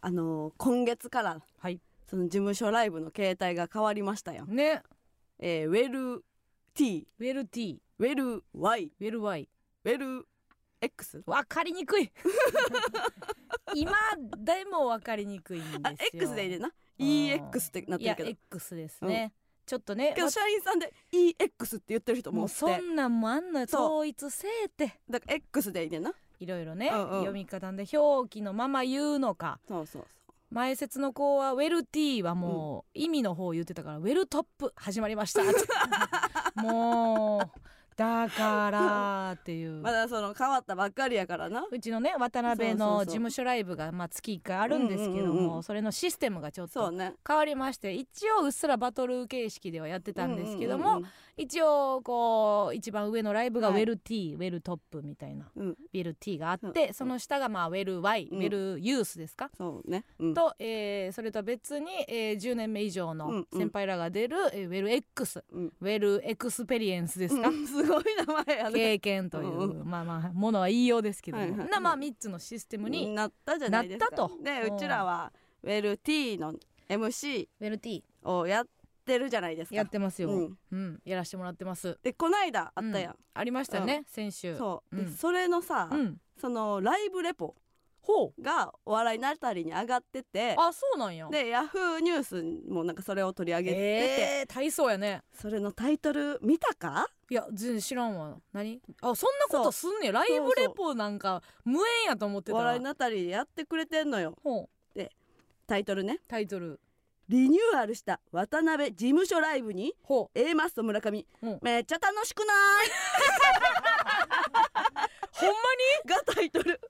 あの今月から、はいその事務所ライブの形態が変わりましたよ。ねえー、ウェル T、ウェル T ウェル Y、ウェル Y ウェル X。わかりに くい今でもわかりにくいんですよあ、X でいいでな。うん EX ってなってるいやけど。 X ですね、ちょっとねけどわ社員さんで EX って言ってる人ももおうっそてんなんもあんのよそう統一せえってだから X でいいでな。いろいろね、うんうん読み方で表記のまま言うのかそうそう前説の子はウェルティーはもう意味の方言ってたから、ウェルトップ始まりました もうだからっていうそう。まだその変わったばっかりやからな。うちのね渡そう辺そうそのう事務所ライブがまあ月1回あるんですけども、うんうんうんうんそれのシステムがちょっそうとね。変わりまして一応うっすらバトル形式ではやってたんですけども、うんうん一応こう一番上のライブがウはいェルティー、ウェルトップみたいなうん、うんウェルティーがあっうてその下がまあウェル Y、うんウェルユースですかそうね。うん、と、えーそれとは別に、えー10年目以上うのんうん先輩らが出る、えーウェル X、うんウェルエクスペリエンスですか、うんすごい名前やね。経験という、うんまあまあものは言いようですけども、はいはいなまあ3つのシステムに、なったじゃないですか。なったとでうんうちらはウェル T の MC ウェルティをやってるじゃないですか。やってますよ、ううんんやらしてもらってますでこないだあったやんう。ありましたね、先週そう、うんでそれのさ、うんそのライブレポほうがお笑いなたりに上がっててあそうなんやでヤフーニュースもなんかそれを取り上げてて、えー、体操やねそれのタイトル見たかいや全然知らんわ何あそんなことすんねやライそうブそうレポなんか無縁やと思っておた笑らいなたりでやってくれてんのよほうタイトルねタイトルリニューアルした渡辺事務所ライブにほ A マスと村上、うんめっちゃ楽しくないう ほんまにがタイトル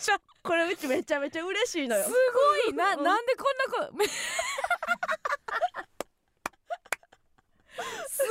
ちゃこれう ちめちゃめちゃ嬉しいのよすごいなうんなんでこ んなこす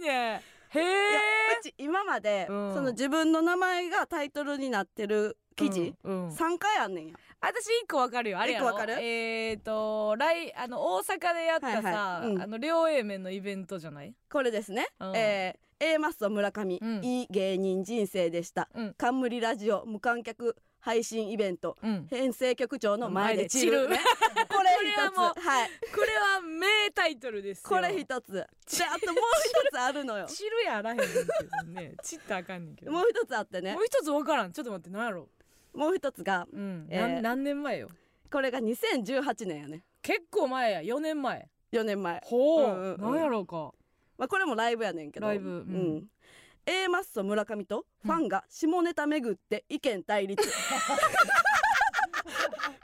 ごいねへえうち今まで、うんその自分の名前がタイトルになってる記事、、うんうん三3回あんねんや私一個わかるよあれやろ一個わかるえっ、と来あの大阪でやったさ、はいはいうんあの両 A 面のイベントじゃない、これですね、うんえー A マスと村上、うんいい芸人人生でした、うん冠ラジオ無観客配信イベント うん、編成局長の前でチル 前でこれ一これはもつはいこれは名タイトルですよこれ一つであともう一つある のよ知るやあらへんねんけどね ちったらあかんねんけどもう一つあってねもう一つわからんちょっと待って何やろもう一つがう、うんえーなん何年前よこれが2018年やね結構前や4年前4年前、ほうう、んうんうんなんやろうかまあ、これもライブやねんけどライブううんん A マッソ村上とファンが下ネタ巡って意見対 立、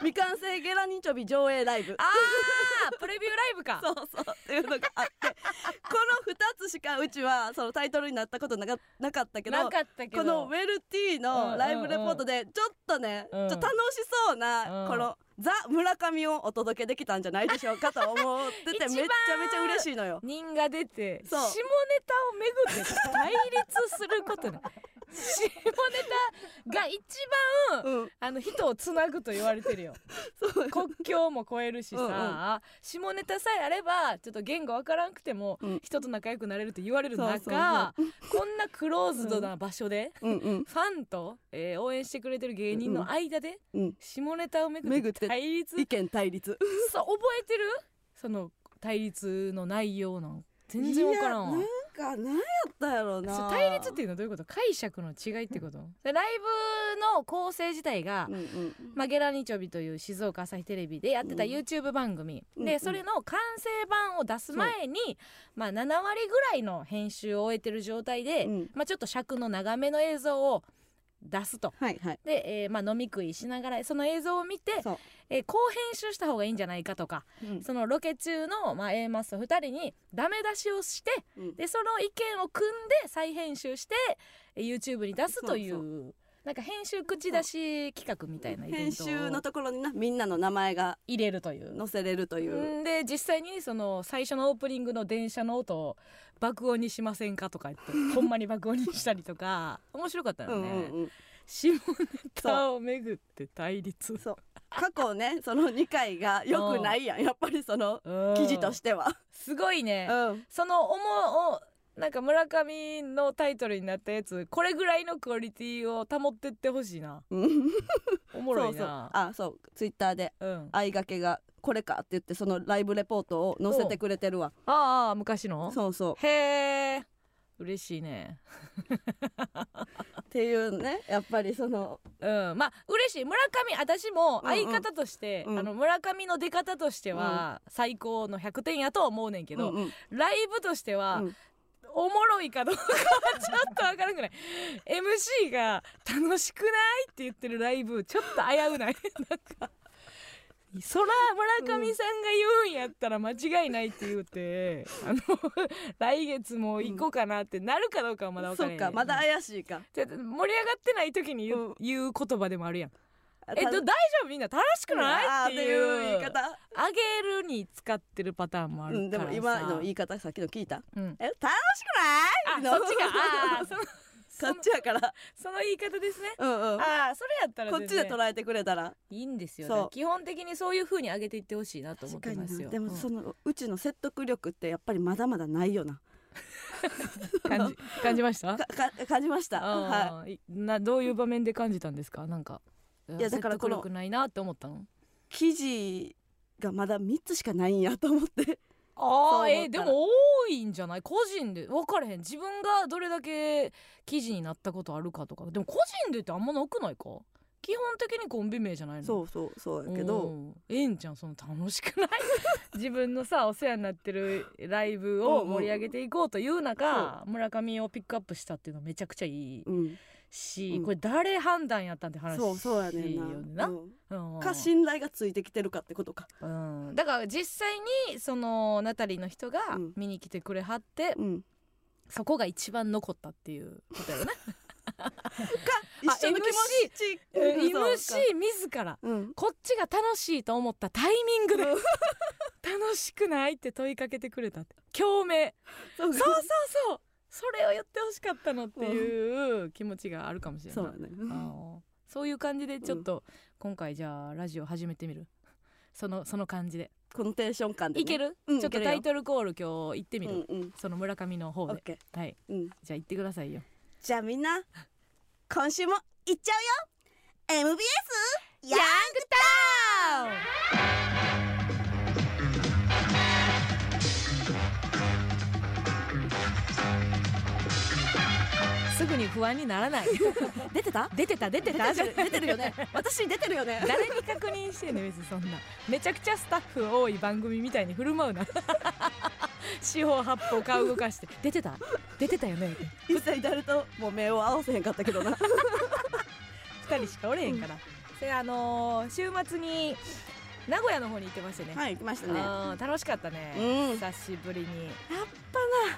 未完成ゲラニチョビ上映ライブあ ープレビューライブかそうそうっていうのがあって この2つしかうちはそのタイトルになったことなかなかったけどなかったけどこのウェルティーのライブレポートでちょっとね、うんちょっと楽しそうな、うんこのザ・村上をお届けできたんじゃないでしょうかと思ってて一め番ちゃめちゃ嬉しいのよ。人が出て下そうネタを巡って対立することね下ネタが一番うん、あの人をつなぐと言われて るよそう国境も越えるしさ、うんうん下ネタさえあればちょっと言語わからんくてもうん人と仲良くなれると言われるそう中、そうそこんなクローズドな場所で、うんうんファンと、えー応援してくれてる芸人の間でうん、下ネタをめぐ巡っってて対立意見対立そう覚えてるその対立の内容の全然わからんわいやなんか何やったやろうなそう対立っていうのはどういうこと解釈の違いってことでライブの構成自体が、うんうんまあ、ゲラニチョビという静岡朝日テレビでやってたうん YouTube 番組、うんうでんそれの完成版を出す前に、まあ、7割ぐらいの編集を終えてる状態で、うんまあ、ちょっと尺の長めの映像を出すと。はいはいで、えーまあ、飲み食いしながらその映像を見てそう、えーこう編集した方がいいんじゃないかとかうんそのロケ中の、まあ、A マスト2人にダメ出しをしてうんでその意見を組んで再編集してえ YouTube に出すというそうなんか編集口出し企画みたいなイベン編ト集のをところになみんなの名前が入れるという。載せれるという、んで実際にその最初のオープニングの電車の音を爆音にしませんかとか 言ってほんまに爆音にしたりとか面白かったうよんね、うんうん、下ネタをめぐって対立そう過去ねその2回が良くないやんやっぱりその記事としてては。すごいね、うんその思うをなんか村 上のタイトルになったやつこれぐらいのクオリティを保ってってほしいなうんおおもろいそうそうなあそうツイッターでうん相掛けがこれかって言ってそのライブレポートを載せてくれてるわああ昔のそうそうへえ嬉しいねっていうねやっぱりそのうんまあ嬉しい村上私もうんうん相方として、うんあの村上の出方としては最高の100点やとは思うねんけど、うんうんライブとしては、うんおもろいかどうかはちょっとわからんくない MC が「楽しくない?」って言ってるライブちょっと危うない なんかそら村上さんが言うんやったら間違いないって言うて、あの 来月も行こうかなってなるかどうかはまだ分そからなっい、かまだ怪しいかじゃあ盛り上がってない時に言う,、うん言う言葉でもあるやんええっと大丈夫みんな楽しくあーないっていう言い方あげるに使ってるパターンもあうるからさ、んでも今の言い方さっきの聞いたうんえ楽しくないあそ っちがあ ーそのこっちやからその言い方ですねうんうんああそれやったらこっちで捉えてくれたらいいんですよそうだから基本的にそういう風に上げていってほしいなと思ってますよでもうんそのうちの説得力ってやっぱりまだまだないよな感 じ感じましたかか感じましたはあーいなどういう場面で感じたんですかなんかいやだからこの力ないなって思ったのい記事がまだ3つしかないんやと思ってあそーう思ったらえーでも多いんじゃない個人で分かれへん自分がどれだけ記事になったことあるかとかでも個人でってあんまなくないか基本的にコンビ名じゃないのそうそうそうやけどうんええんちゃんその楽し くない自分のさお世話になってるライブを盛り上げていこうという中、村上をピックアップしたっていうのはめちゃくちゃいいうんし、うんこれ誰判断やったんって話そうそうやねいいよんなうんうんか信頼がついてきてるかってことかうんだから実際にそのナタリーの人がうん見に来てくれはって、うんそこが一番残ったっていうこ とやろね一緒の気持ちうんうん MC そうか自らうんこっちが楽しいと思ったタイミング で楽しくないって問いかけてくれたって共鳴そうそうそうそうそれを言ってほしかったのっていう気持ちがあるかもしれなそいうやねあのそういう感じでちょっと今回じゃあラジオ始めてみるそのその感じでこのテンション感でねいける、うんちょいけっとるよタイトルコール今日行ってみうる、んうんその村上のオ方ッでケはいーうんじゃあ行ってくださいよじゃあみんな今週も行っちゃうよ MBS ヤングタウンすぐに不安に ならない出てた出てた出てた出てる出てるよ ね私出てるよね誰に確認してんねん別にそんなめちゃくちゃスタッフ多い番組みたいに振る舞うな四方八方顔動かして出てた出てたよね一切誰ともう目を合わせへんかったけどな2人しかおれへんから、それあのー週末に名古屋の方に行ってましてね,、はい行きましたねあー楽しかったね、うん久しぶりに、やっ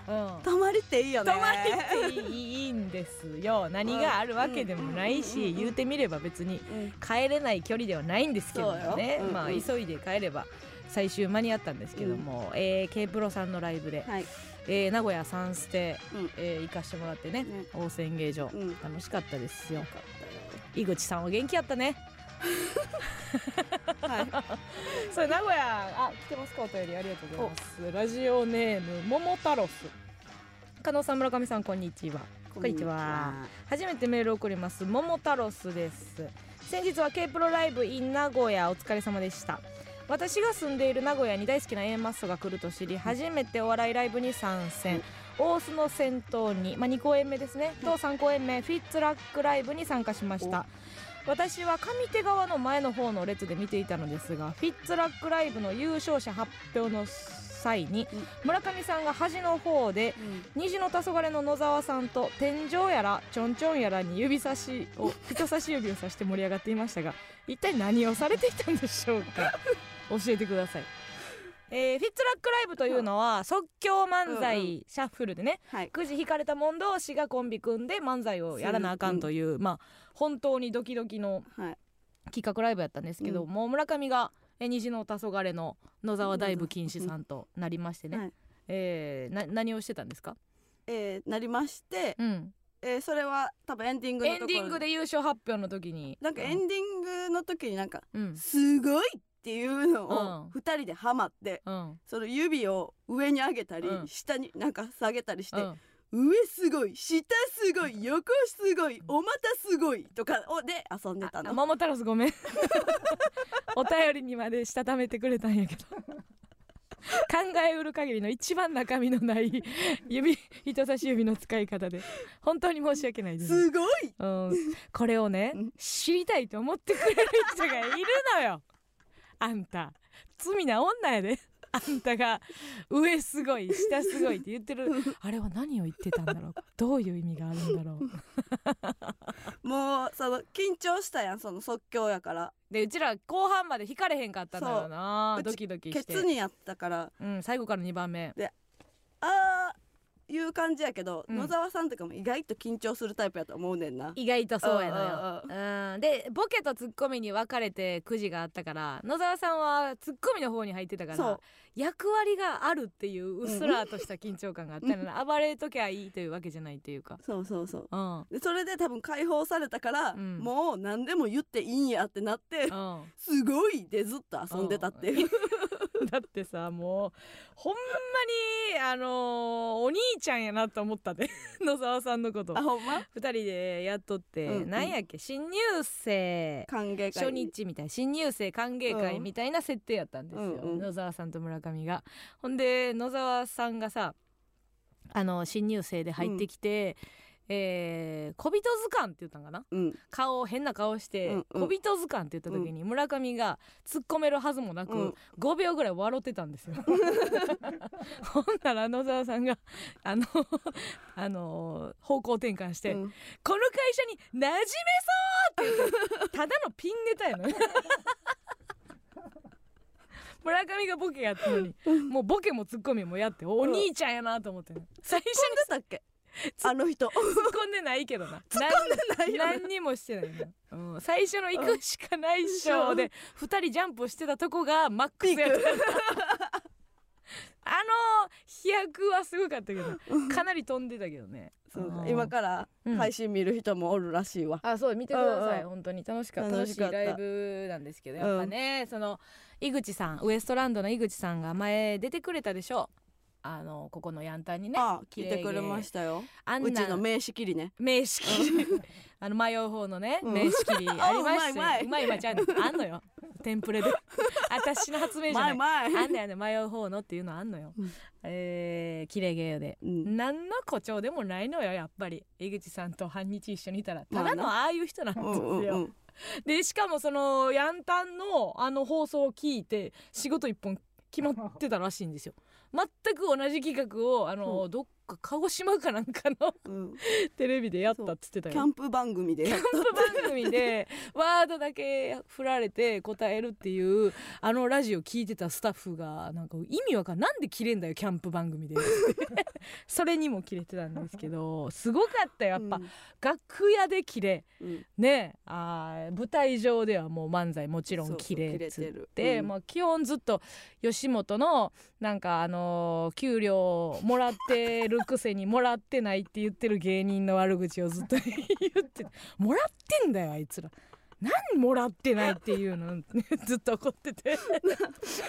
うん、ぱな泊まりっていいよね泊まりっていいいいんですよ何があるわけでもないし、うんうんうんうん言うてみれば別にうん帰れない距離ではないんですけどもね、そうよまあうんうん急いで帰れば最終間に合ったんですけども、えー K プロさんのライブで、はいえー名古屋サンステ、うんえー行かしてもらってねね大泉芸場、うん楽しかったですよ井口さんは元気やったね はい それ名古屋あ来てますかお便りありがとうございますラジオネーム桃太郎ス加納さん村上さんこんにちはこんにちは初めてメールを送ります桃太郎スです先日は K プロライブ in 名古屋お疲れ様でした私が住んでいる名古屋に大好きな A マッソが来ると知り初めてお笑いライブに参戦大須の先頭に、まあ、2公演目ですねと3公演目フィッツラックライブに参加しました私は上手側の前の方の列で見ていたのですがフィッツラックライブの優勝者発表の際にうん村上さんが端の方でうん虹の黄昏の野沢さんと天井やらちょんちょんやらに指差しを人差し指をさして盛り上がっていましたが一体何をされていたんでしょう か教えてください、えーフィッツラックライブというのは即興漫才、うんシャッフルでねはいくじ引かれた者同士がコンビ組んで漫才をやらなあかんという、まあ本当にドキドキのはい企画ライブやったんですけど、うんもう村上が「え虹の黄昏の野沢ダイブ禁止さんとなりましてね、はいえーな何をしてたんですか、えーなりましてうん、えーそれは多分エンディングのエとこンろディングで優勝発表の時になんかエンディングの時になんかうんすごいっていうのうをん二人でハマってうんその指を上に上げたり、うん下になんか下げたりして、うん上すごい下すごい横すごいお股すごいとかをで遊んでたあの桃太郎さんご めんお便りにまでしたためてくれたんやけど考えうる限りの一番中身のない指人差し指の使い方で本当に申し訳ないです、すごいうん、これをねうん知りたいと思ってくれる人がいるのよあんた罪な女やであんたが上すごい下すごいって言ってるあれは何を言ってたんだろうどういう意味があるんだろ うもうその緊張したやんその即興やからでうちら後半まで引かれへんかったんだろうなそうドキドキケしてツにやったからうん、最後から2番目あーいう感じやけど、うん野沢さんとかも意外と緊張するタイプやと思うねんな意外とそうやのうんうんようんでボケとツッコミに分かれてくじがあったから野沢さんはツッコミの方に入ってたかそらう役割があるっていううっすらとした緊張感があったのに暴れときゃいいというわけじゃないっていうかそうそうそううん うんでそれで多分解放されたから、うんもう何でも言っていいんやってなって、すごいでずっと遊んでたっていう、だってさもうほんまにあのーお兄ちゃんやなと思ったで 野沢さんのこと あほんま2人でやっとって、うんうんなんやっけ新入生歓迎会初日みたいな新入生歓迎会みたいな設定やったんですよ、うんうん野沢さんと村上が。ほんで野沢さんがさあの新入生で入ってきて「えー小人図鑑」って言ったんかなうん顔変な顔してうん「うん小人図鑑」って言った時に村上が突っ込めるはずもなく、うん5秒ぐらい笑ってた んですよ。 ほんなら野沢さんがあのあの方向転換して「うんこの会社に馴染めそうっていうただのピンネタやの 村上がボケやったのにもうボケもツッコミもやってお兄ちゃんやなと思ってね最初に飛んでたっけ あの 人突っ込んでないけどな込突っんでないよ何にもしてないな、うん、最初の行くしかないっしょで2人ジャンプしてたとこがマックスやった あの飛躍はすごかったけどかなり飛んでたけどねそううだん今からうん配信見る人もおるらしいわ、あそう見てください、うん本当に楽しかった楽しかった楽しいライブなんですけどやっぱね、その井口さんウエストランドの井口さんが前出てくれたでしょあのここのヤンタンにねあ聞いてくれましたよあんうなちの名刺切りね名刺切り あの迷う方のねうん名刺 切りありまうしたよまいうまいうまいちゃんあんのよテンプレで私の発明じゃ前ない前あんだよね迷う方のっていうのあんのよ、うんえー、綺麗ゲーでうん何の誇張でもないのよやっぱり井口さんと半日一緒にいたらただのまああいう人なんでうすよ、んうんうんでしかもそのヤンタンのあの放送を聞いて仕事一本決まってたらしいんですよ全く同じ企画をあの、うどっか鹿児島かなんかの うんテレビでやったっつってたキよャンプ番組でキャンプ番組でワードだけ振られて答えるっていうあのラジオ聞いてたスタッフがなんか意味わかんなんで切れんだよキャンプ番 組でそれにも切れてたんですけどすごかったよやっぱ、楽屋で切れうんうんねあー舞台上ではもう漫才もちろそんう綺麗っつ切れってるて、うんまあ、基本ずっと吉本のなんかあのー給料もらってるくせにもらってないって言ってる芸人の悪口をずっと言ってたもらってんだよあいつら。何もらってないっていうの ずっと怒っ てて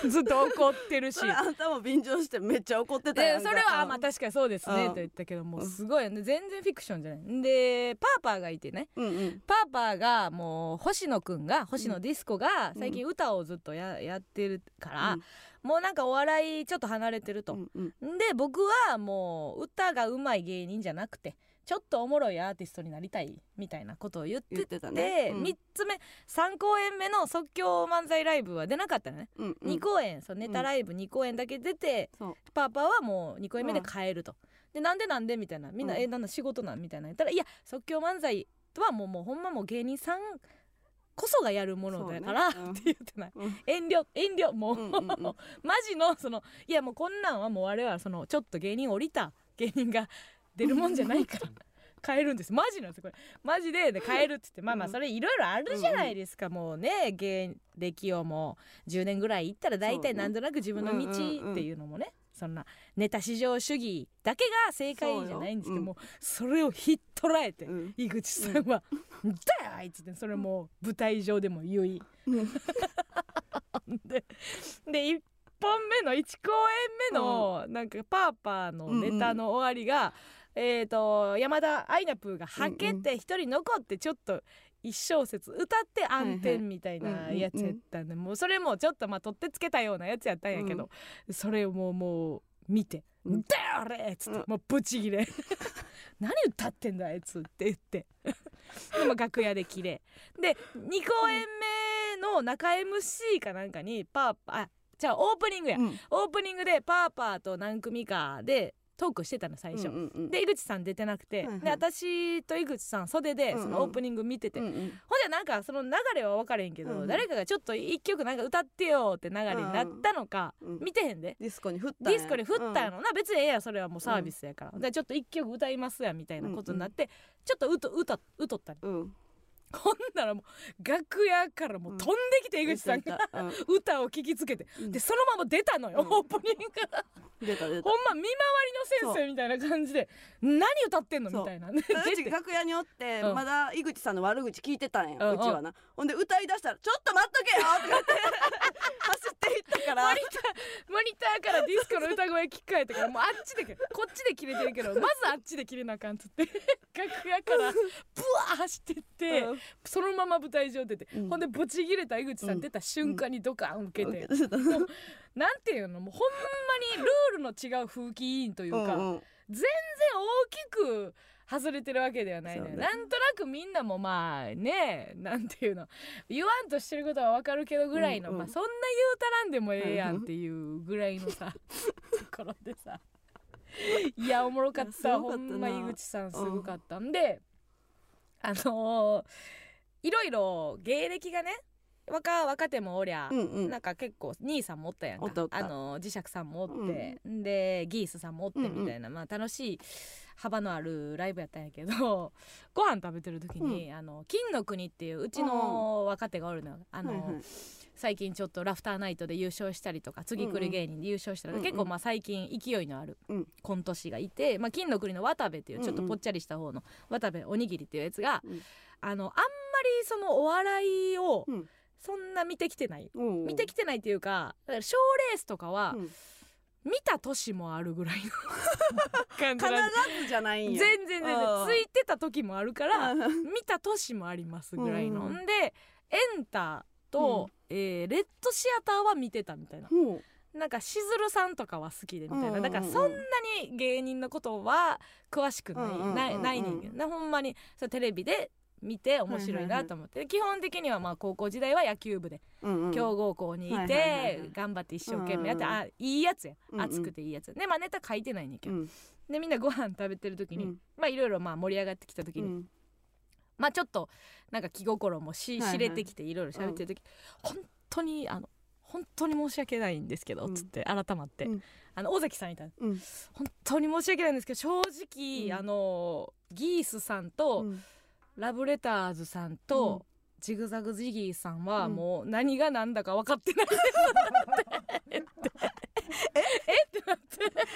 ずっと怒ってるしそれあんたも便乗してめっちゃ怒ってたでやんそかれはあまあ確かにそうですねうんと言ったけどもううんすごいよね全然フィクションじゃない。でパーパーがいてねうんうんパーパーがもう星野くんが星野ディスコがうん最近歌をずっとややってるから、うんもうなんかお笑いちょっと離れてると、うんうんで僕はもう歌がうまい芸人じゃなくてちょっとおもろいアーティストになりたいみたいなことを言って言っててたねうん3つ目3公演目の即興漫才ライブは出なかったのね、うんうん2公演そうネタライブ2公演だけ出て、そうパパはもう2個目でうん帰ると、でなんでなんでみたいなみんな、うんえなんだ仕事なんみたいな言ったらいや即興漫才とはもうもうほんまもう芸人さんこそがやるものだから、そうねうんって言ってないうん遠慮遠慮もう、うんうんうんマジのそのいやもうこんなんはもう我々そのちょっと芸人降りた芸人が出るもんじゃないから 帰るんですマジなんですよこれマジでで帰るっつってまあまあうんそれいろいろあるじゃないですか、もうね芸歴をもう10年ぐらい行ったら大そうね体なんとなく自分のうんうんうん道っていうのもねそんなネタ至上主義だけが正解じゃないんですそけどうようんもうそれをひっ捕らえてうん井口さんは「だよあいつ」ってそれもう舞台上でも言いうんでで1本目の1公演目のなんかパーパーのネタの終わりが、えー、と山田アイナプーがはけて一人残ってちょっと一小節歌って暗転みたいなやつやったんで、もうそれもちょっとまあ取ってつけたようなやつやったんやけど、それをもうもう見て「うん誰!」っつって、うんもうブチギレ「何歌ってんだあいつ」って言ってでも楽屋でキレで2公演目の中 MC かなんかにパーパーあじゃあオープニングや、うんオープニングでパーパーと何組かでトークしてたの最初、うんうんうんで井口さん出てなくて、はいはいで私と井口さん袖でうんうんそのオープニング見てて、うんうんほんじゃなんかその流れは分かれへんけど、うんうん誰かがちょっと一曲なんか歌ってよって流れになったのか、うん見てへんで。ディスコに振ったんやディスコに振ったのな、別にええやそれはもうサービスやから、うんでちょっと一曲歌いますやみたいなことになって、ちょっとうとうとうとったりうんうんほんならもう楽屋からもう飛んできて井口さんが、うん歌を聞きつけてうんでそのまま出たのよ、うんオープニングから出た出たほんま見回りの先生みたいな感じで何歌ってんのそうみたいなねう 出ちて楽屋におって、うんまだ井口さんの悪口聞いてたんや、ううんちはなほんで歌い出したら「ちょっと待っとけよ!」って言って 走っていったからモニターモニターからディスコの歌声聞き換えてからもうあっちでこっちで切れてるけどまずあっちで切れなあかんっつって 楽屋からブワー走ってって、うんそのまま舞台上出て、うんほんでブチ切れた井口さうんん出た瞬間にドカン受けて、受けてたうんなんていうのもうほんまにルールの違う風紀委員というか、うん全然大きく外れてるわけではないのよ、そうねなんとなくみんなもまあねなんていうの言わんとしてることはわかるけどぐらいの、うんうんまあ、そんな言うたらんでもええやんっていうぐらいの さところでさいやおもろかっいやすたごほかったなんま井口さんすごかったんで、あのーいろいろ芸歴がね若若手もおりゃ、うんうんなんか結構兄さんもおったやんかおったおったあの磁石さんもおって、でギースさんもおってみたいな、まあ、楽しい幅のあるライブやったんやけど ご飯食べてる時に、あの金の国っていううちの若手がおるのよあの、はいはい最近ちょっとラフターナイトで優勝したりとか次来る芸人で優勝したりとうんうか、ん結構まあ最近勢いのあるうんコント師がいて、まあ、金の国の渡部っていうちょっとぽっちゃりした方の渡部おにぎりっていうやつが、うんあのあんまりそのお笑いをうんそんな見てきてないうん見てきてないっていうか賞ーレースとかはうん見た年もあるぐらいの 感じ必なんでずじゃないん全や然全然うんついてた時もあるからうん見た年もありますぐらいの、うんん、でエンタと、えーレッドシアターは見てたみたいなほうなんかしずるさんとかは好きでみたいうんうんうなんだからそんなに芸人のことは詳しくうんうんうんうんないないない人間なほんまにそうテレビで見て面白いなと思って、基本的にはまあ高校時代は野球部でうんうん強豪校にいはいはいはいはてい頑張って一生懸命やって、うんうんあいいやつやうんうん熱くていいやつ、でまあネタ書いてないねんけうど、んでみんなご飯食べてる時に、うんまあいろいろまあ盛り上がってきた時うに、んまあちょっとなんか気心もはしいはい知れてきていろいろ喋ってる時、本当にあの本当に申し訳ないんですけど、うんつって改まって、うんあの尾崎さんいたのうん本当に申し訳ないんですけど正直、うんあのギースさんと、うんラブレターズさんと、ジグザグジギーさんはもう何が何だか分かって ないですって言ってえってなっていやいやもう今日分か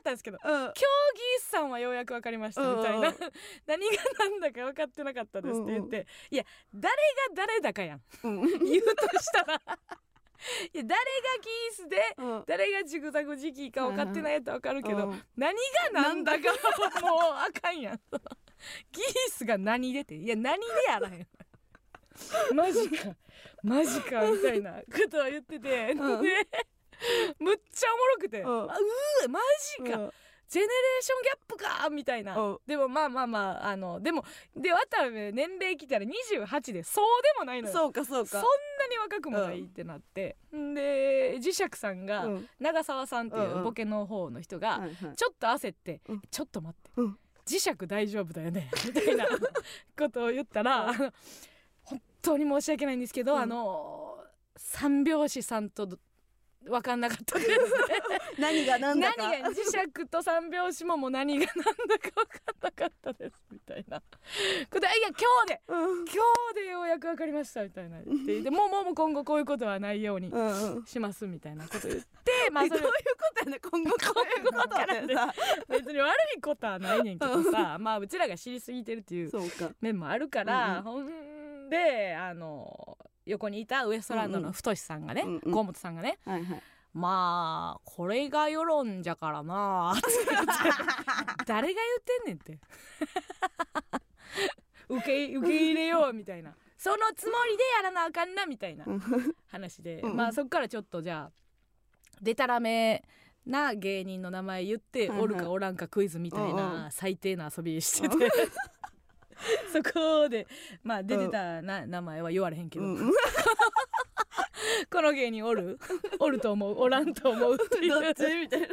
ったんですけどうん競技さんはようやく分かりましたみたいな、うんうん何が何だか分かってなかったですって言って、いや誰が誰だかやんうん言うとしたらいや誰がギースでうん誰がジグザグジギーか分かってないやつは分かるけど、うん何がなんだかもうあかんやんギースが何でっていや何でやらへんマジかマジかみたいなことを言ってて、うんでむっちゃおもろくて、うんあうーマジか、ジェネレーションギャップかみたいな、うんでもまあまあまああのでもで渡部年齢来たら28でそうでもないのよそうかそうそかんなに若くもないってなって、んで磁石さんが、うん長澤さんってうんいううんボケの方の人が、はいはいちょっと焦って、うんちょっと待って、うん磁石大丈夫だ よねみたいなことを言ったら、あの本当に申し訳ないんですけど、うんあの三拍子さんとど分かんなかったです、 何が何何だかが磁石と三拍子ももう何が何だか分かんなかったですみたいなことあいや今日でうん今日でようやく分かりましたみたいな言ってでもうもうもう今後こういうことはないようにうん うんしますみたいなこと言ってまあえそどうれいうことやね今後こういうことやねさ別に悪いことはないねんけどさ、まあうちらが知りすぎてるっていうそうか面もあるから、うんほんであの横にいたウエストランドの太さんがね、うんうん河本さんがねはいはい「まあこれが世論じゃからな 誰が言ってんねんって 受け受け入れようみたいなそのつもりでやらなあかんなみたいな話で、うんまあそっからちょっとじゃあでたらめな芸人の名前言って、はいはいおるかおらんかクイズみたいうんうな最低な遊びしてて、 そこでまあ出てたな、名前は言われへんけど、 うんこの芸人お るおると思うおらんと思うっていうどっちみたいな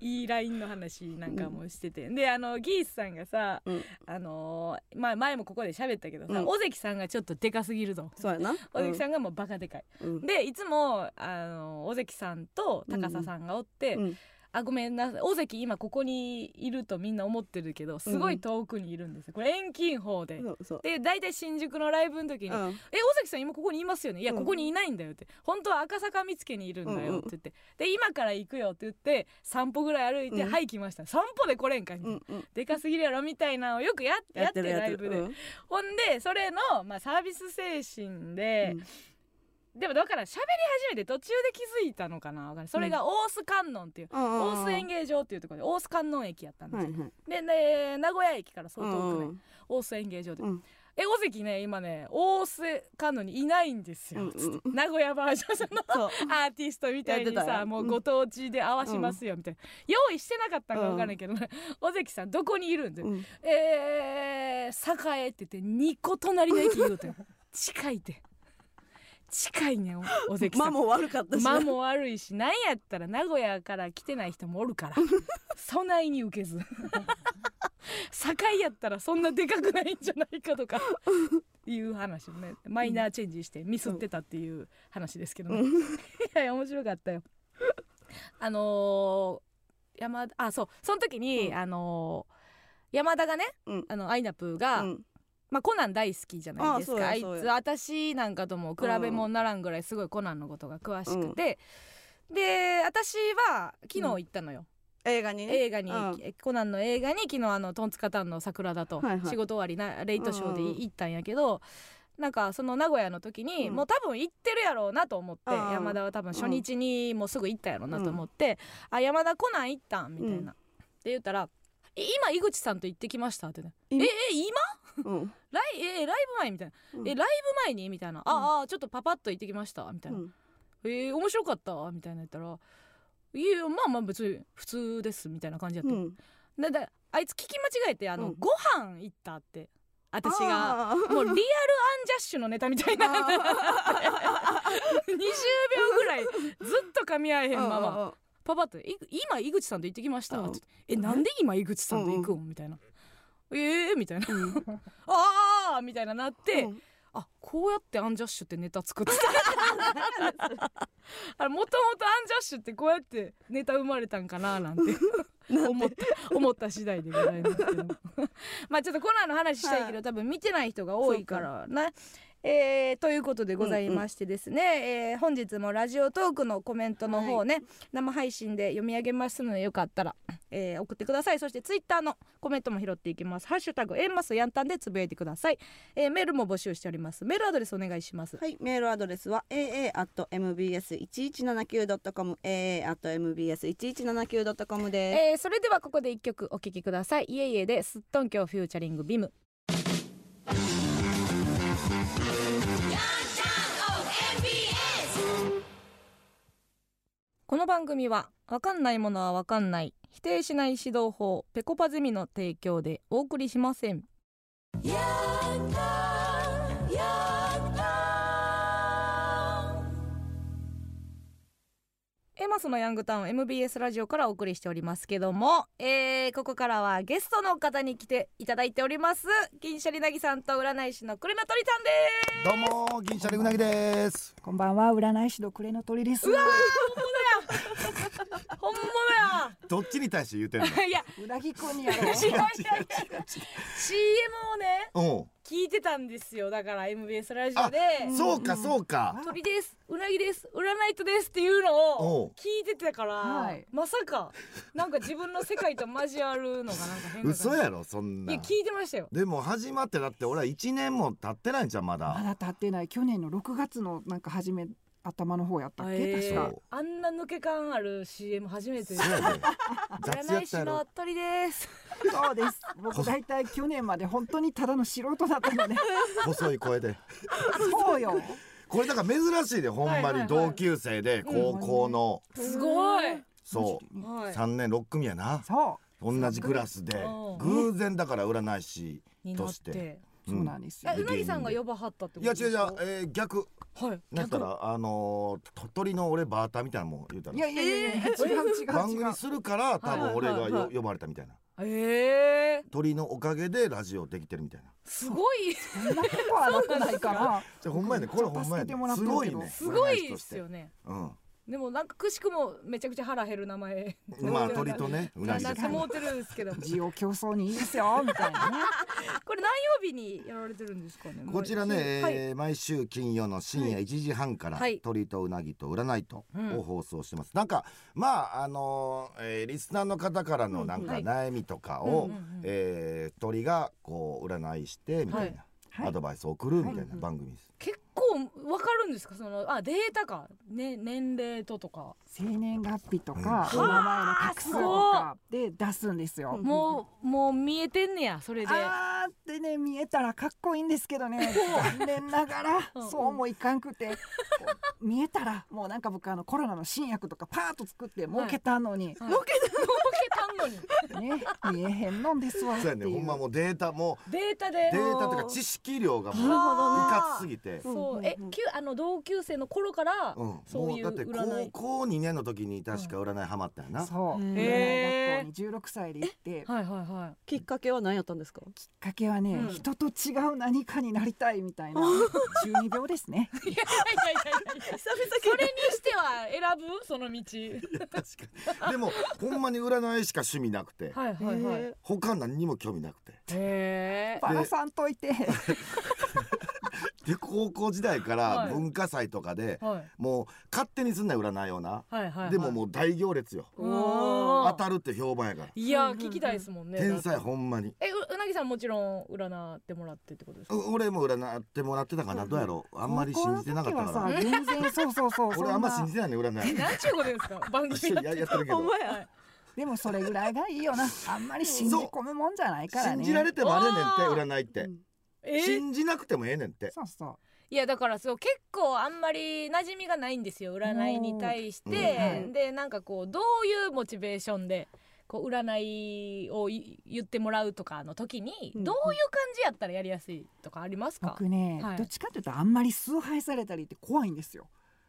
いいラインの話なんかもしてて、であのギースさんがさ、うんあのーまあ、前もここで喋ったけどさ、うん尾関さんがちょっとでかすぎるぞそうやな尾関さんがもうバカでかい、うんうんでいつもあの尾関さんと高佐さんがおって、うんあごめんなさい尾関今ここにいるとみんな思ってるけどすごい遠くにいるんですよこれ遠近法で。そうそうで大体新宿のライブの時にうんえ尾崎さん今ここにいますよねいやうんここにいないんだよって、本当は赤坂見附にいるんだよって言って、で今から行くよって言って散歩ぐらい歩いて、うんはい来ました散歩で来れんかいみたういな、んうんでかすぎるやろみたいなのをよくややってライブで、うんほんでそれの、まあ、サービス精神で、でもだから喋り始めて途中で気づいたのかなわかんないそれが大須観音っていう、うん大須園芸場っていうところで大須観音駅やったんですはいよ、はいでで名古屋駅から相当遠くね、うん大須園芸場でうんえ尾関ね今ね大瀬観音にいないんですよ、うんうんつって名古屋バージョンそのそうアーティストみたいにやってたさよもううんご当地で合わしますよみたいな、用意してなかったんか分からないけど、ね尾関さんどこにいるんで、うんえー、栄って言って2個隣の駅言うてん近いって近いねん 尾関さ間んも悪かったしな間も悪いしなんやったら名古屋から来てない人もおるから そないに受けず堺やったらそんなでかくないんじゃないかとかいう話をねマイナーチェンジしてミスってたっていう話ですけどね、ういやいや面白かったよあのー山田あそうその時に、うんあのー山田がね、うんあのアイナプーが、うんまあ、コナン大好きじゃないですかああいそうやそうやつ私なんかとも比べもならんぐらいすごいコナンのことが詳しくて、で私は昨日行ったのよ、映画にね映画に、うんえコナンの映画に昨日あのトンツカタンの桜田とはいはい仕事終わりなレイトショーでうんうん行ったんやけど、なんかその名古屋の時に、うんもう多分行ってるやろうなと思って、うんうん山田は多分初日にもうすぐ行ったやろうなと思って「あ山田コナン行ったん」みたいな、うんって言ったら「え今井口さんと行ってきました」ってね「ええ今今うんライえーライブ前みたいな、うんえライブ前にみたいな、ああちょっとパパッと行ってきましたみたいな、うんえー面白かったわみたいな言ったらいやまあまあ別に普通ですみたいな感じやっうた、んだだあいつ聞き間違えてあうの、んご飯行ったって私があーもうリアルアンジャッシュのネタみたいな20秒 ぐらいずっと噛み合えへんままパパッとい今井口さんと行ってきました」うんってえなんで今井口さんと行くん?」みたいな「えー?」みたいなうんうんうん「 ああ!」みたいななって、うんあこうやってアンジャッシュってネタ作ってたあれもともとアンジャッシュってこうやってネタ生まれたんかななんて思った思った次第でございますけど まあちょっとコナンの話したいけど、は多分見てない人が多いからな。えーということでございましてですね、えー本日もラジオトークのコメントの方ね、生配信で読み上げますのでよかったら、えー送ってくださいそしてツイッターのコメントも拾っていきます「ハッシュタグ円マスやんたん」でつぶやいてくださいえー、メールも募集しております。メールアドレスお願いします。はい、メールアドレスは aa at mbs 一一七九ドットコム aa at mbs 一一七九ドットコムです。えー、それではここで一曲お聴きください。いえいえですっとんきょうフューチャリングビム。この番組はわかんないものはわかんない否定しない指導法ペコパゼミの提供でお送りしません。エマスのヤングタウン MBS ラジオからお送りしておりますけども、えーここからはゲストの方に来ていただいております銀シャリナギさんと占い師のクレナトリタンですどうも銀シャレうなぎです。こんばんは占い師の暮れの鳥です。本物どっちに対して言うてんの？や いや裏切っ子にやろ違 う。う違う違う CM をねお聞いてたんですよだから MBS ラジオでうそうかそうか。鳥ですうなぎです占いとですっていうのおうを聞いてたから、はいまさかなんか自分の世界と交わるのがなんか変な感じ嘘やろそんいやな。聞いてましたよでも始ま ってだって俺は一年も経ってないんじゃんままだ。だ経ってない去年の6月のなんか始め頭の方やったっけ、え確ーかそうあんな抜け感ある CM 初めてですそうやで雑占いやった師やのろ鳥ですそうです僕大体去年まで本当にただの素人だったの で細い声でそうよこれだから珍しいでほんはまいはいはいに同級生で高校の すごい、そううんはい、 3年6組やなそ同じクラスでうん偶然だから占い師になとっしててうそうなんですよえうなぎさんが呼ばはったってこいとやです違うか違う、えー逆はいなん逆からあのー鳥取の俺バーターみたいなもん言うたらいやいやいやいや、違う違う違う番組するから多分俺はがいはいよはい呼ばれたみたいなえー、鳥のおかげでラジオできてるみたいなすごいそんなことはなくないかなじゃあほんまやねこれほんまや助けてねもらっすてるごけいどねすごいで占師としすてよねうんでもなんかくしくもめちゃくちゃ腹減る名前 まあ鳥とねうなぎなっでてすかもらうてるんです けど需要競争にいいですよみたいなねこれ何曜日にやられてるんですかねこちらね、はいえー毎週金曜の深夜1時半から、はい鳥とうなぎと占いとうんを放送してます、なんかまああのーえーリスナーの方からのなんかうん悩みとかを、うんうんうんえー鳥がこう占いしてみたいな、はいアドバイスを送るみたはいな番組です、結構わかるんですかそのあデータか、ね、年齢ととか生年月日とか、うんお名前の画数とかで出すんですよう。んもうもう見えてんねやそれであーってね見えたらかっこいいんですけど ね残念ながらうんそうもいかんくてこう見えたらもうなんか僕あのコロナの新薬とかパーッと作って儲けたの に、はい儲けたのにね見えへんのんですわっそてういやうねほんまもうデータもデータデでータとか知識量がもういかつすぎて、うんそううんえうんきゅあの同級生の頃からうん、そういうもうだって占い高校2年の時に確か占いハマったよな、そうへー占い学校に16歳で行ってきっはい はいはきっかけは何やったんですか。かけはね、うん人と違う何かになりたいみ たいな12秒ですねいいやいやいやいやいやそれにしては選ぶ その道確 かにでもほんまに占いしか趣味なくてはいはいはいへ他何にも興味なくてえバラさんといてで高校時代かはらい文化祭とかで、はいもう勝手にすんなよ占いをな、はいはいでももう大行列ようわー当たるって評判やからいや聞きたいですもんね天才ほんまにえううなぎさんもちろん占ってもらってってことですかう俺も占ってもらってたかなどうやろうあんまり信じてなかった高校かの時はさ全然そうそうそうら 俺あんま信じじてない ね占い何ちゅうことですか番組一緒にややってるけどや。でもそれぐらいがい いよなあんまり信じ込むもんじゃないからね信じられてもあれやねんって占いって、え信じなくてもええねんってそうそういやだからそう結構あんまり馴染みがないんですよ占いに対して、うんうんでなんかこうどういうモチベーションでこう占いをい言ってもらうとかの時にうんうんどういう感じやったらやりやすいとかありますか、僕ね、はいどっちかというとあんまり崇拝されたりって怖いんですよ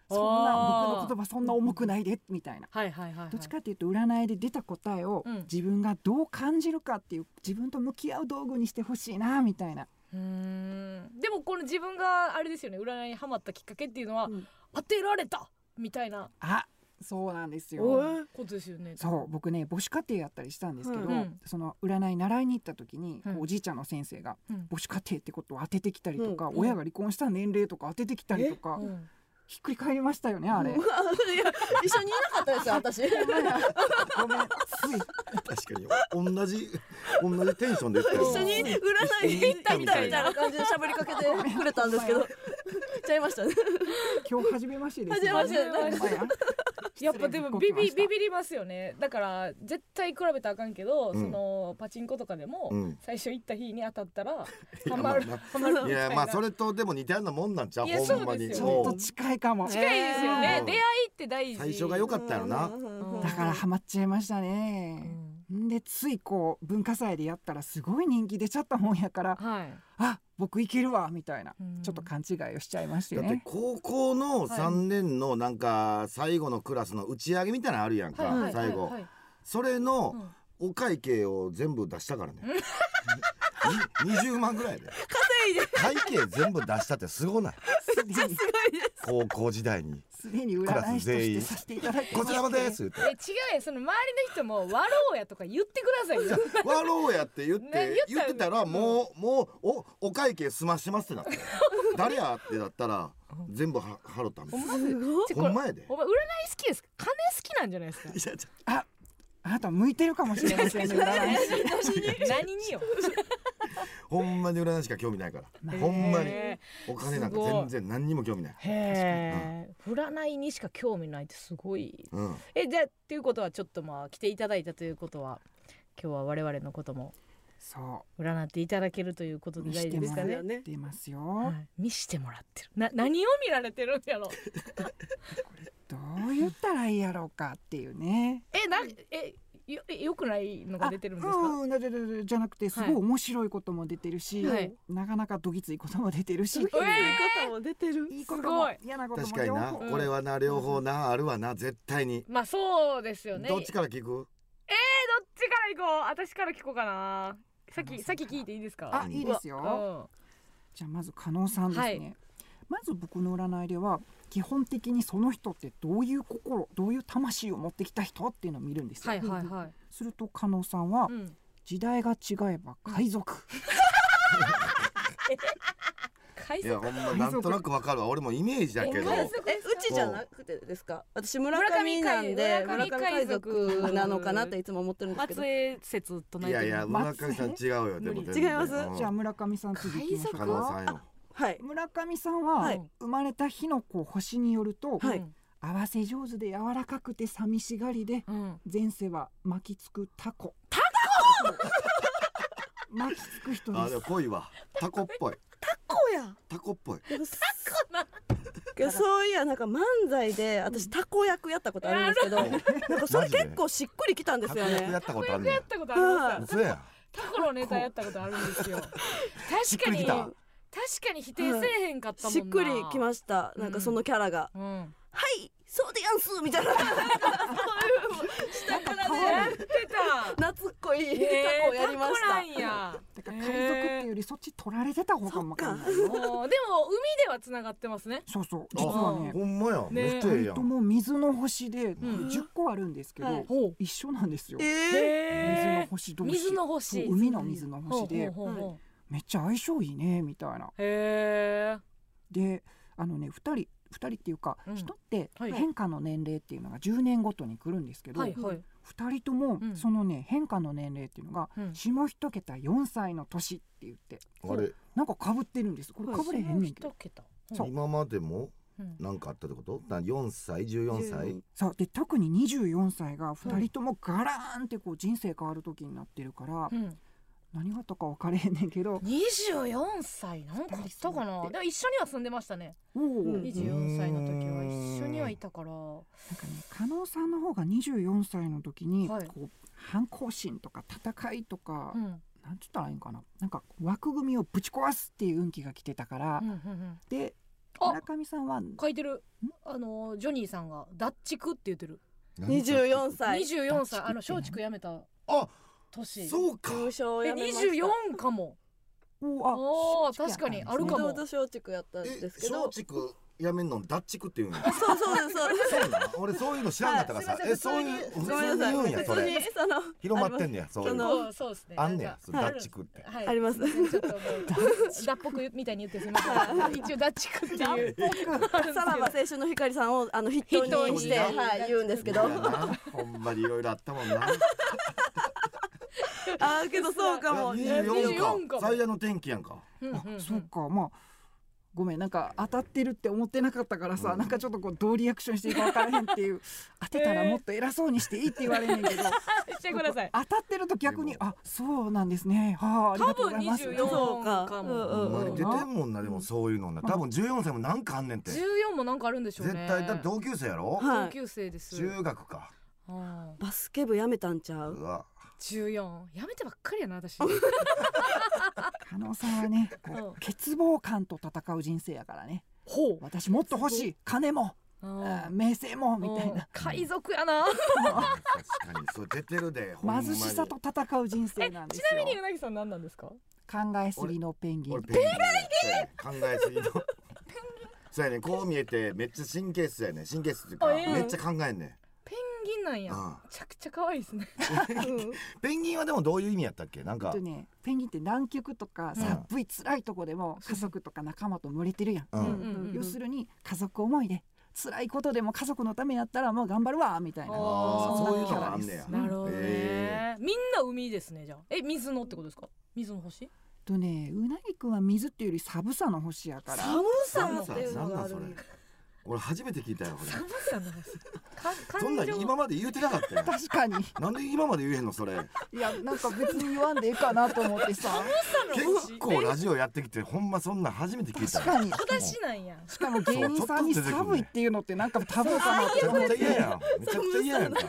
そんあなー僕の言葉そんな重くないでみたいなはいはいはい、はい、どっちかというと占いで出た答えをうん自分がどう感じるかっていう自分と向き合う道具にしてほしいなみたいなうーんでもこの自分があれですよね占いにハマったきっかけっていうのは、うん当てられたみたいなあそうなんですよことですよねそう僕ね母子家庭やったりしたんですけど、うんその占い習いに行った時に、うんおじいちゃんの先生がうん母子家庭ってことを当ててきたりとか、うん親が離婚した年齢とか当ててきたりとか、うんひっくり返りましたよねあれ、一緒にいなかったですよ、私。確ごめんついかに同じ同じテンションで言ってる一緒に占いに行ったみたいな感じで喋りかけてくれたんですけど。ちゃいましたね。今日初めましてです初めましてほんまや やっぱでもビビ失ビ礼ビりますよねだから絶対比べたらあかんけど、うんそのパチンコとかでも、うん最初行った日に当たったら いやハまマあるなハマるみたいいなやまあそれとでも似たようなもんなんちゃういやほんまそうにですちよょっもとう近いかも近いですよね、うん出会いって大事最初が良かったよなだからハマっちゃいましたうね、んん、でついこう文化祭でやったらすごい人気出ちゃったもんやからはいあ僕いけるわみたいな、うんちょっと勘違いをしちゃいましてだってね高校の3年のなんか最後のクラスの打ち上げみたいなのあるやんか、はいはい最後、はいはいそれのうんお会計を全部出し たからね、に20万ぐらいで会計全部出したってすごないすでに高校時代にすでに占い師としてさせていただい「てこちらまで」です言ってえ違うよその周りの人も「笑おうや」とか言ってくださいよ「割ろうや」って言っねて言言っよったねてたらもうもうおお会計済ましてますってなって「誰や?」ってなったら全部は払ったみたいなちょこほれんまやで。お前占い好きですか金好きなんじゃないですかいやちょあ あなた向いてるかもしれませんね占い師何によほんまに占いしか興味ないからほんまにお金なんか全然何にも興味ないへえ、占いにしか興味ないってすごいうんえじゃあっていうことはちょっとまあ来ていただいたということは今日は我々のこともそ占っていただけるということうで見大し事てでもすらかねっ。てますよはい見してもらってるな何を見られてるんやろどう言ったらいいやろうかっていうねえなえよよくないのが出てるんですか、うんだだだだじゃなくてすごいはい面白いことも出てるし、はいなかなかどぎついことも出て るし、ぎつい方も出てる。いいことすごもい嫌なこと確もかに両な方うんこれはな両方なあるわな絶対にまあそうですよねどっちから聞くどっちから行こう私から聞こうかなさっきさっき聞いていいですかあいいですよよ、じゃあまず加納さんですね、はいまず僕の占いでは基本的にその人ってどういう心どういう魂を持ってきた人っていうのを見るんですよ、はいはいはい、すると加納さんはうん、時代が違えば海賊、海いや賊ほんまなんとなくわかるわ俺もイメージだけど海賊え、うちじゃなくてですか。私村上上海なんで、村上村上海海賊賊なのかなっていつも思ってるんですけど松。江説とないいやいや村上さん違うよでも全然違いますうんじゃあ村上さん続きましょう加納さかんよはい。村上さんは、はい生まれた日のこう星によると、はい合わせ上手で柔らかくて寂しがりでうん、前世は巻きつくタコタコ巻きつく人あでですも濃いわタコっぽいこうや。タコっぽいでもいやそういやなんか漫才で私タコ役やったことあるんですけど、なんかそれ結構しっくりきたんですよタコ役やねっ。たことあるねやったことあります嘘やタコのネタやったことあるんですよしっ確かくりにきた確かに否定せえへんかったもんしな、っくりきました。うんなんかそのキャラが、うんはい、そうでやんすみ たいな下からねやってた懐っこいタえコをやりましタコなた。んやだから海賊っていうよりそっち取られてた方がうまかったもうでも海ではつながってますねそうそうあ実はねほんまやねめっちゃええ二や人とんも水の星でん10個あるんですけど、はいほう一緒なんですよ、ええ水のへ星ー同士水の星そう海の水の星でほうほうほうほうめっちゃ相性いいねみたいなへであのね二人二人っていうか、うん人ってはい変化の年齢っていうのが10年ごとに来るんですけえど、はい二はい人ともうんそのね、変化の年齢っていうのがうん下一桁4歳の年って言ってあれなんかかぶってるんですこれかぶれへんねんけど一桁今までもうんなんかあったってことな4歳14歳そうで特に24歳が二人ともガラーンってこう人生変わる時になってるから、うん何があったか分かれへんねんけど24歳なんかあったかなでも一緒には住んでましたねおお、うんなんかね24歳の時は一緒にはいたから加納さんの方が24歳の時に、はいこう反抗心とか戦いとか、うんなんつったらいいんかななんか枠組みをぶち壊すっていう運気が来てたから、うんうんうんであ村上さんは書いてるあのジョニーさんが「ダッチク」って言ってる二十四歳。 24歳ダあのッチ松クって竹辞めたあ年そうか優勝えやめました。 24かもおあー確かにあるかももともと松竹やったんえですけど。松竹やめんのダッチクっていうんやあ そうそうですそうです。そうなん俺そういうの知らんかったからさはいえそういう普ご通めにんなさ言うんい。や普そ通れにその広まってんねやそういありうまののそうそうですねあんねやそのなダかッチクってはいありますちょっともうダッポクみたいに言ってすみません一応ダッチクっていうさらば青春の光さんをあの筆頭にして筆頭にはい言うんですけどいや。なほんまにいろいろあったもんなあーけどそうかも。 24 24かか最悪の天気やんかうんうんうんそうかまあごめんなんか当たってるって思ってなかったからさ、うんなんかちょっとこうどうリアクションしていいか分からへんっ ていう当てたらもっと偉そうにしていいって言われんねんけどしてください当たってると逆にあそうなんですねはああり多がとうご分ざいます24そうかかうもんほんまにうんうん出てんもんなでもそういうのな多分14歳もなんかあんねんて絶14もなんかあるんでしょうね対だって同級生やろは同い。級生です中学かうんバスケ部やめたんちゃうう。わ14やめてばっかりやな私加納さんはねうこんう欠乏感と戦う人生やからねほう私もっと欲しい金もあーみ名声も みたいな海賊やな確かにそれ出てるでほんま貧にしさと戦う人生なんですようなぎさん何なんですか考えすぎのペンギン俺ペンギン考えすぎの そうやねこう見えてめっちゃ神経質やね神経質っていうかあええめっちゃ考えんねペンギンなんやうんめちゃくちゃ可愛い ですねんペンギンはでもどういう意味やったっけなんえっかとねペンギンって南極とかうん寒い辛いとこでも家族とか仲間と群れてるやん、ううんんうん要するに家族思いで辛いことでも家族のためやったらもう頑張るわみたいなあーそんなそういうのキャラがあんねですやなるほどね、えみんな海ですねじゃあえ水のってことですか水の星とねうなぎくんは水っていうより寒さの星やから寒さ寒ってさいうの何がなんあるそれんだ俺初めて聞いたよこれ寒さの話かそんな感ん情今まで言うてなかったよ確かになんで今まで言えへんのそれいやなんか別に言わんでいいかなと思ってさ結構ラジオやってきてほんまそんなん初めて聞いた確かに私なんやしかも芸人さんに寒いっていうのってなんかタブーかなってめち思ゃっくちゃて嫌やんめちゃくちゃ嫌やんか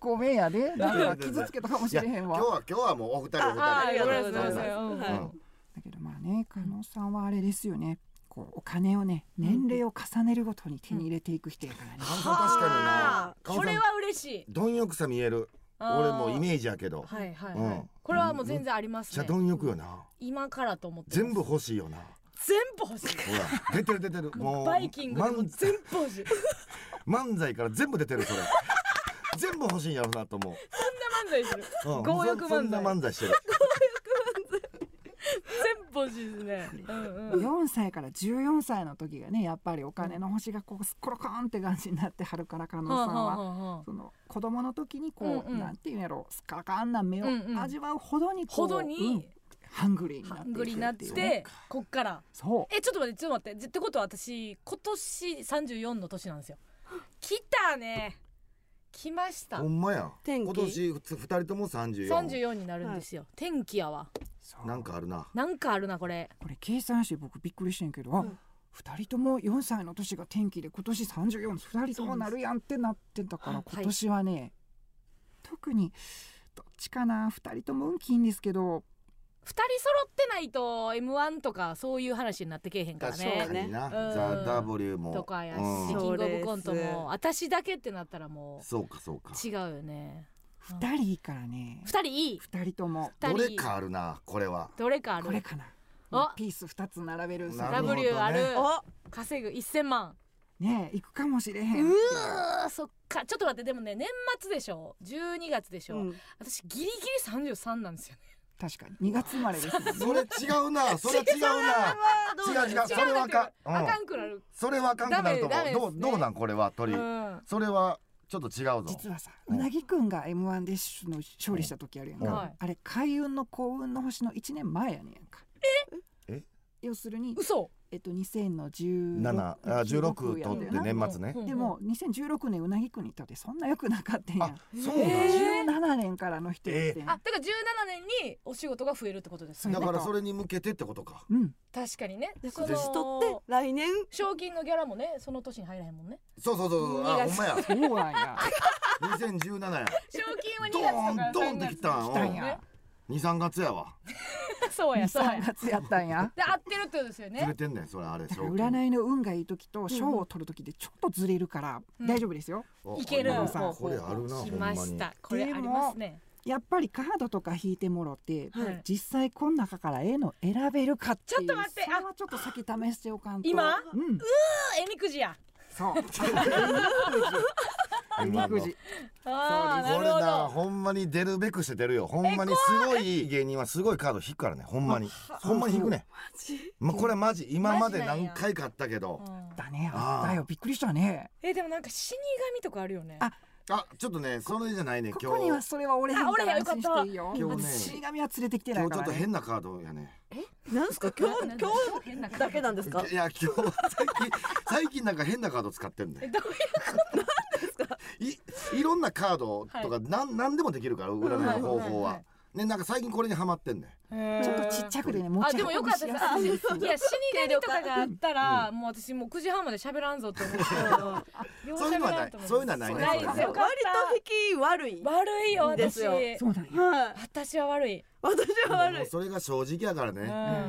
ごめんやでなんか傷つけたかもしいやれへん今わ日は今日はもうお二人おあ二り人ごがめとんうなごさざいいますうんはうんだけどまあね加納さんはあれですよねこうお金をね年齢を重ねるごとに手に入れていく人やからね、カンさん確かになカンさこんれは嬉しい貪欲さ見える俺もうイメージやけどはいはいはういんこれはもう全然ありますじゃね貪欲よな今からと思ってます全部欲しいよな全部欲しいほら出てる出 てるもうバイキングでも漫全部欲しいこん漫才から全部出てるそれ全部欲しいんやろなと思うな漫才するうん強欲漫才そんな漫才してる全部欲しいですねうんうん4歳から14歳の時がねやっぱりお金の星がこうすっころかんって感じになってはるから加納さんは。はその子供の時にこう、うんうんなんていうんやろうすっからかんな目をうんうん味わうほどにこほう、どにうんハングリーになハってンいグリーくになっっていうねてこっからそうえちょっと待ってちょっと待ってってことは私今年34の年なんですよ 来たね来ましたほんまや天気今年ふつ二人とも34 34になるんですよ、天気やわそうなんかあるななんかあるなこれこれ計算して僕びっくりしてんけど、あうん二人とも4歳の年が天気で今年34二人ともなるやんってなってたからはい今年はね、特にどっちかな二人とも運気いいんですけど2人揃ってないと m 1とかそういう話になってけえへんから確ねかになうんザ・ W もとかやし、うんキンそうグオブコントそうですも私だけってなったらもそうかそうかう違うよねうん二人いいからね2人いい二人とも二人どれかあるなこれはどれかあこれるかなあピース二つ並べるなるほどね W あるお稼ぐ1000万ねえ行くかもしれへうんーそっかちょっと待ってでもね年末でしょ12月でしょ、うん私ギリギリ33なんですよね確かに2月生まれですもんねそれ違 うなそれ違うな違う違うそれはあかんあかうんんくなる、それはあかんくなるとダメダメ思うですねどうどうなんこれは鳥うんそれはちょっと違うぞ実はさううんなぎくんが m 1での勝利した時あるやんか、うんはいあれ開運の幸運の星の1年前やねんやんかええ要するに嘘えっと2016 7あ16やとっっててな年末ねうんでも2016年うなぎくんにとってそんな良くなかったんやあんそうなんえ17年からの人やってんあだから17年にお仕事が増えるってことですそうねだからそれに向けてってことかうん確かにねでそ今の年取って来年賞金のギャラもねその年に入らへんもんねそうそうそうそうあほんまやそうなんや2017や賞金はド2月ーンとかドーンってきた来たんんや23月やわそうやそうや23月やったんやで合ってるってことですよずれねてんね んそれあれだから賞金占いの運がいい時と賞を取る時でちょっとずれるからうん大丈夫ですよ、おいけるあ方法これあるなほ来んままにしたこれありますねやっぱりカードとか引いてもろって、はい実際この中から絵の選べるかっていうちょっと待ってそれはちょっと先試しておかんと今うんあえみくじや そうおみ今のくじああなこれるほなどほんまに出るべくして出るよほんまにすごい芸人はすごいカード引くからねほんまにほんまに引くねまこれマジ今まで何回かあったけどうんだねあーあったよびっくりしたねえでもなんか死神とかあるよねああちょっとねそれじゃないねこ今こには日それは俺へんからあ俺へん安心していいよよかった私死神は連れてきてな今日いちょかっら、とね、変なカードやねなんですか今日なんか今変な日だけなんで すかいや今日最近最近なんか変なカード使ってんえねどういういいろんなカードとかなん何でもできるから占いのは方いはい法ははねなんか最近これにハマってんね ちょっとちっちゃくでね持あちで運もよびかっしたでやすすいです私いや死神とかがあったら、もう私もう9時半まで喋らんぞと思ってよそういうのはな喋らいんと思そういうのはないねないそでれはす割よとかった引き悪い悪いよいいんで私すよそうなんや、はい私は悪い、私はで悪もいそれが正直やからうんね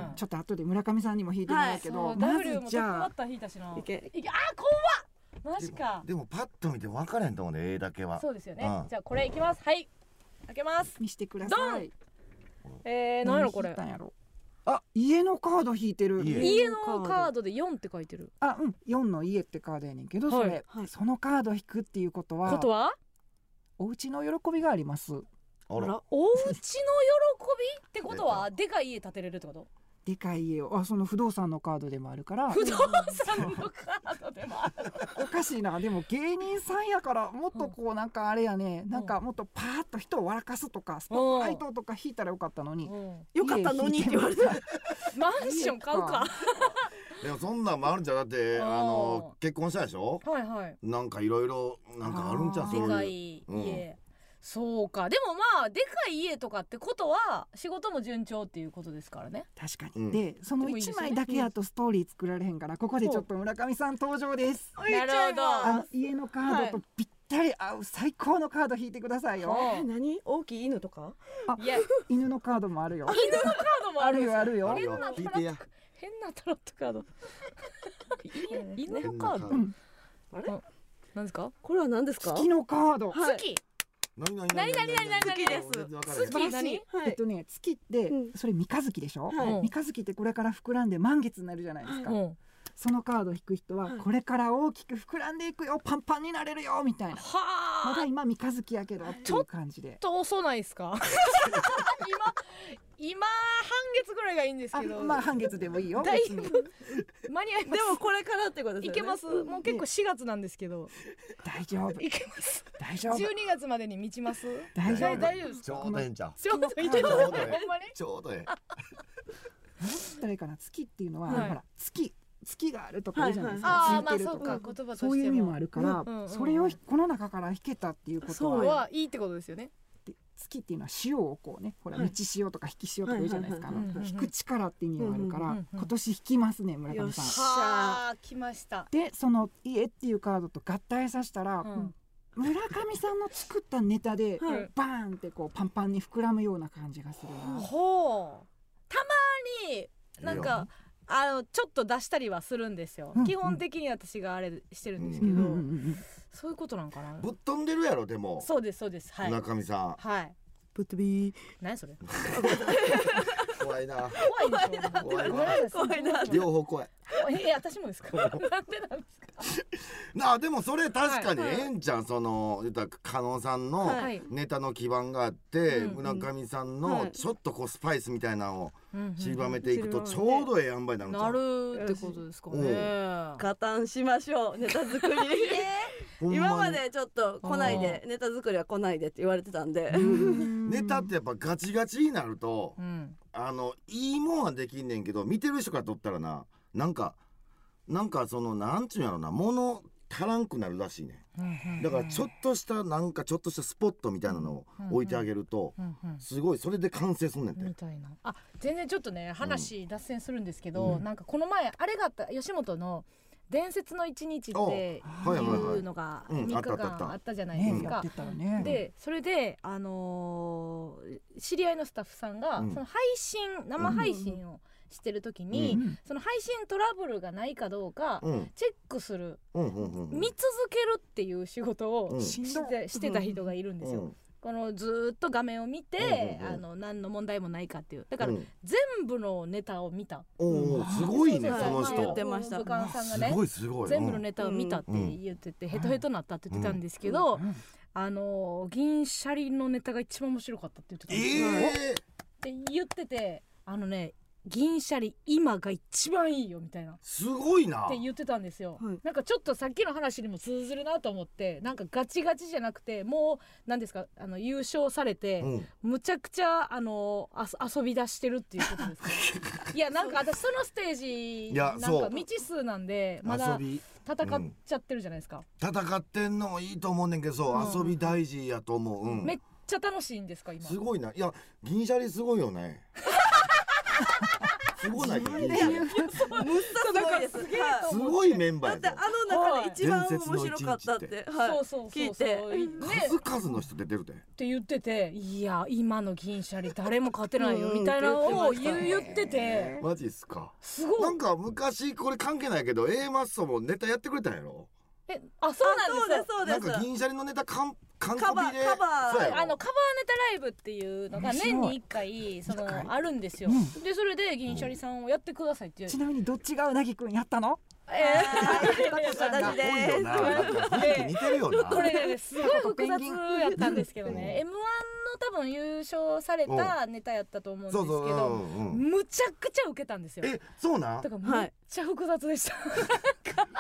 うんちょっと後で村上さんにも引いてもらうけど、そうま W ずもトじップゃバあッター引いたしないけいけあー怖っマジかでもパッと見て分からへんと思うね A だけはそうですよね、うんじゃあこれいきますはい開けます見してくださいえー、何やろこれ引いたんやろあ家のカード引いてる家家のカードで4って書いてるあうん4の家ってカードやねんけど、はいそれ、はいそのカード引くっていうことはことはお家の喜びがありますあらお家の喜びってことはでかい家建てれるってことでかい家をあその不動産のカードでもあるから不動産のカードでもあるおか難しいなでも芸人さんやからもっとこうなんかあれやね、なんかもっとパーッと人を笑かすとかスポットライトとか引いたらよかったのに、よかったのにって言われた マンション買うか。でもそんなんもあるんじゃんだってああーの結婚したでしょはいはい。なんかいろいろなんかあるんじゃあんーそでうかいいううん家。そうか。でもまあでかい家とかってことは仕事も順調っていうことですからね。確かに、うんでそのでもいいです1よね枚だけやとストーリー作られへんからここでちょっと村上さん登場ですなるほど。あ家のカードとぴったり合う最高のカード引いてくださいよ、はえ何大きい犬とかいや、カー犬のカードもあるよドもああるるんですよあるよあるよ聞いてや変なタロットカード。い犬のカード。変ななんですか？これは何ですか月のカードはい月。何々何々何々好きです全然わからへん好き何？はえっいとね月って、うんそれ三日月でしょ、はいうん三日月ってこれから膨らんで満月になるじゃないですか、うん。そのカードを引く人ははいこれから大きく膨らんでいくよパンパンになれるよみたいなまはだあ。今三日月やけどっていう感じでと遅ないです か？今今半月ぐらいがいいんですあけど。まあ半月でもいいよだい別にぶ間に合いでます。もこれからってことですいよねけます。もう結構4月なんですけど。大丈夫いけます。大丈夫12月までに満ちます。大丈大夫大丈夫ですちか？ょうどええんちゃうちょうどいいちょうほどんええまに。ちょうどえ何だったらいいかな月っていうのは、はいほら月月があるとかあるじゃないですはか、 ああーまついあてるそとうか、か言葉としても。そういう意味もあるから、うんうんそれをこの中から引けたっていうことそうはは、いいってことですよね。で月っていうのは塩をこうねほらは道い塩とか引き塩とか言うじゃないですか、はいはいはいはいあの引く力って意味もあるから、うんうんうんうん今年引きますね村よ上っしさん。ゃはあ来ました。でその「家」っていうカードと合体させたら、うん村上さんの作ったネタで、はいバーンってこうパンパンに膨らむような感じがするな。ほう。たまにえなんかあのちょっと出したりはするんですようん。基本的に私があれしてるんですうけんうんうど、んそういうことなんかな。ぶっ飛んでるやろでもそうですそうですはい村上さんはい。ぶっ飛び何それ？ 怖いな怖いでしょ。怖いごめんななさい怖いな両方怖いえ私もですかなんでなんですかなあでもそれ確かにええんちゃんその言ったら加納さんのはいネタの基盤があってうん村上さんはのいちょっとこうスパイスみたいなのをちりばめてていくとちょうどええ塩梅になるんちゃなうるってことですかねうん加担しましょうネタ作りほんに今までちょっと来ないでネタ作りは来ないでって言われてたんでネタってやっぱガチガチになるとうんあのいいもんはできんねんけど見てる人から撮ったらななんかなんかそのなんちゅうんやろな物足らんくなるらしいねだからちょっとしたなんかちょっとしたスポットみたいなのを置いてあげるとうんうんすごいそれで完成すんねんてみたいなあ全然ちょっとね話脱線するんですけど、なんかこの前あれがあった吉本の「伝説の一日」っておはいいはいはいうのがうん3日あったあったあった間あったじゃないでねすうんやっかて。たらね。でそれで、あのー知り合いのスタッフさんが、うんその配信生配信をしてる時に、うその配信トラブルがないかどうかうんチェックするうんうんうんうん見続けるっていう仕事うをんししんどいてしてた人がいるんですよ。このずーっと画面を見て、うんうんうんあの何の問題もないかっていうだからうん全部のネタを見た。おうおうすごいねそうそのまあ言っ人てました武漢さんがすねごいすごい全部のネタを見たってうん言ってて、ヘトヘトになったって言ってたんですけど、うんあの銀シャリのネタが一番面白かったって言ってたんですよ。ええって言っててあのね銀シャリ今が一番いいよみたいな。すごいなって言ってたんですよ、はいなんかちょっとさっきの話にも通ずるなと思ってなんかガチガチじゃなくてもう何ですかあの優勝されて、うんむちゃくちゃあのあそ遊び出してるっていうことです かいやなんか私そのステージいなやんそかう未知数なんでまだ遊び戦っちゃってるじゃないですか、戦ってんのもいいと思うねんけどそううん遊び大事やと思ううんめっちゃ楽しいんですか今すごいないや銀シャリすごいよねすごないか銀シャリむっさすごいですはいすごいメンバだっーてやあぞの中で一番面白かったってはそそういうそうそう聞いてね数々の人出てるでって言ってていや今の銀シャリ誰も勝てないようんみたいなのを言って言まうした言っててマジっすかすごないんか昔これ関係ないけど A マッソもネタやってくれたんやろえあそうなんですよそうなでんすそうかです銀シャリのネタかん完カバコーピでカバーそうやろあのカバーネタライブっていうのが面白い年に1回その一回あるんですようでそれで銀シャリさんをやってくださいって言うちなみにどっちがうなぎくんやったの？えタコさん 私がで多いよななんか雰囲気似てるよなこれねすごい複雑やったんですけどねう m 1の多分優勝されたネタやったと思うんですそうけそううどんうんむちゃくちゃ受けたんですよえそうなんだからめっちゃ複雑でした、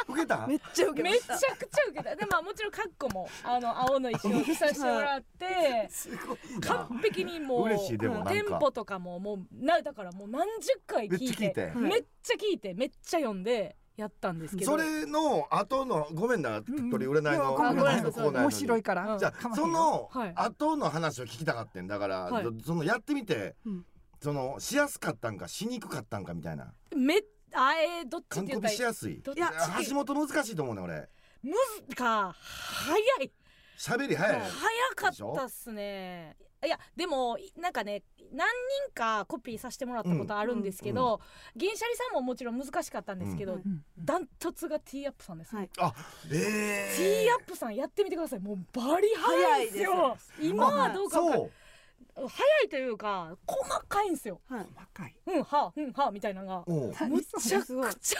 受けためっちゃ受けめまちゃくしちたゃ受けたでまあもちろんカッコもあの青の石を着させてもらってすごい な完璧にもう嬉しいでもなんかテンポとかももうなだからもう何十回聞いてめっちゃ聞いめっちゃ聞いててめっちゃ読んでやったんですけどそれの後のごめんな鳥売れないのいや俺ごめんなさいのコーナーなの面に白いかうらんじゃかあまへんそよのはい後の話を聞きたかってんだから、はいそのやってみて、うんそのしやすかったんかしにくかったんかみたいなめあえーどっちっ完て言コったらピいしやすいどっちいや橋本難しいと思うね俺むずか早い喋り早い、早かったっすねいやでもいなんかね何人かコピーさせてもらったことあるんですけど、銀シャリさんももちろん難しかったんですけど、うんうんダントツがティーアップさんです、はいあテえィーアップさんやってみてくださいもうバリ早いですよ今はどうかわかんそう早いというか細かいんですよはい細かいうんはあうんはあみたいなのがおうむちゃすごいくちゃ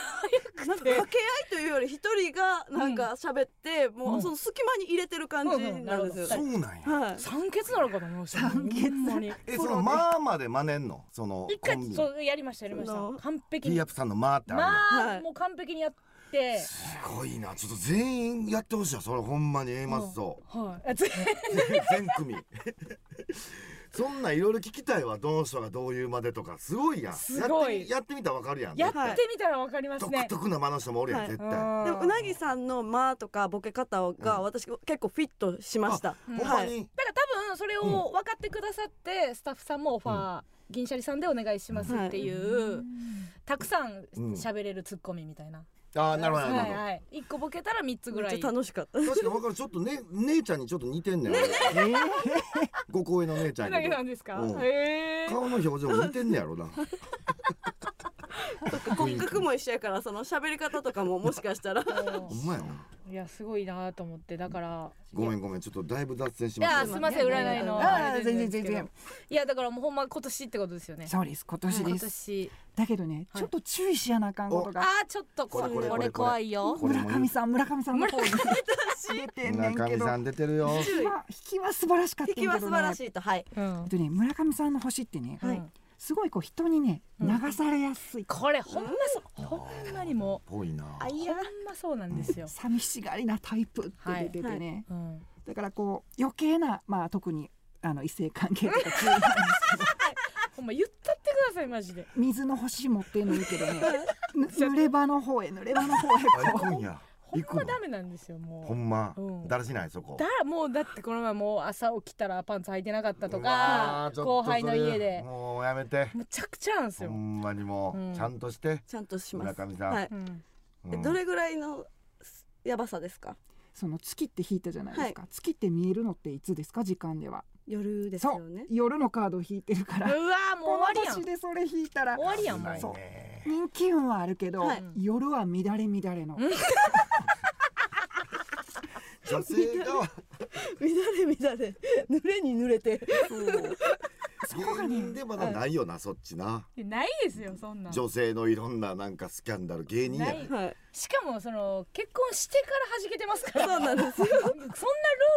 なんか掛け合いというより一人がなんか喋って、もうんうその隙間に入れてる感じなんですよ、そうなんやはい酸欠なのかと思いました酸欠ほんまにえそのまあまで真似んのその一コ回ンビそうやりましたやりましそのた完テ璧ィにーアップさんのまあってあるの、まあ、はいもう完璧にやってすごいなちょっと全員やってほしいわそれほんまに A マッソはいあつ 全組そんなんいろいろ聞きたいわどの人がどういうまでとかすごいやんすごいやってみやってみたらわかるやんやっ絶対てみたらわかりますね独特な間の人もおるやん、はい絶対、うんでもうなぎさんの間とかボケ方が私結構フィットしました、うんほんまに、だから多分それを分かってくださって、スタッフさんもオファー、銀シャリさんでお願いしますっていう、たくさんうん喋れるツッコミみたいな、ああなるほどはなるほど、いはい一個ボケたら三つぐめらっいちゃ楽しかった確かに分かるちょっとね姉ちゃんにちょっと似てんねん、俺 ご公園の姉ちゃんなやぎけさどんですかうんへえ顔の表情も似てんね やろな骨格も一緒やからその喋り方とかももしかしたらほんまやないやすごいなと思ってだからごめんごめんちょっとだいぶ脱線しいましたやけどすいません占いのあああれ全で然すけ全ど然いやだからもうほんま今年ってことですよねそうです今年今です年だけどねはいちょっと注意しやなあかんことあがーちょっとこれこれここれれ怖いよこれ村も上さん村上さんの方に出てんねん村け上どさん出てるよ注意まあ引きは素晴らしかった引んけきどねは素晴らしいとはいうんえっとね村上さんの星ってねはいすごいこう人にねうん流されやすいこれほんまそうほんまにもぽいなうほんまそうなんですよ、寂しがりなタイプって出ててねうん、だからこう余計なまあ特にあの異性関係とか注意なんですけどほんま言ったってくださいマジで水の星持ってんのいいけどねぬ濡れ場の方へ濡れ場の方へあ行こくうんやほん行くまのダメなんですよもほうんまうんだらしないそこだからもうだってこの前もう朝起きたらパンツ履いてなかったとうわかーちょっと後輩のそれ家でもうやめてむちゃくちゃなんですほよ、んまにもうんうちゃんとしてちゃんとしま村す上さんはい、うんうんえどれぐらいのやばさですかその月って引いたじゃないですか、月って見えるのっていつですか時間では夜ですそようね夜のカード引いてるかうらわーもう終こわりのやん年でそれ引いたら終わりやんもう危ないね人気運はあるけど、はい夜は乱れ乱れの、女性が乱れ乱れ濡れに濡れて芸人でまだないよなそっちないやないですよそんなん女性のいろんななんかスキャンダル芸人やないはいしかもその結婚してから弾けてますからそうなんですよ そんなル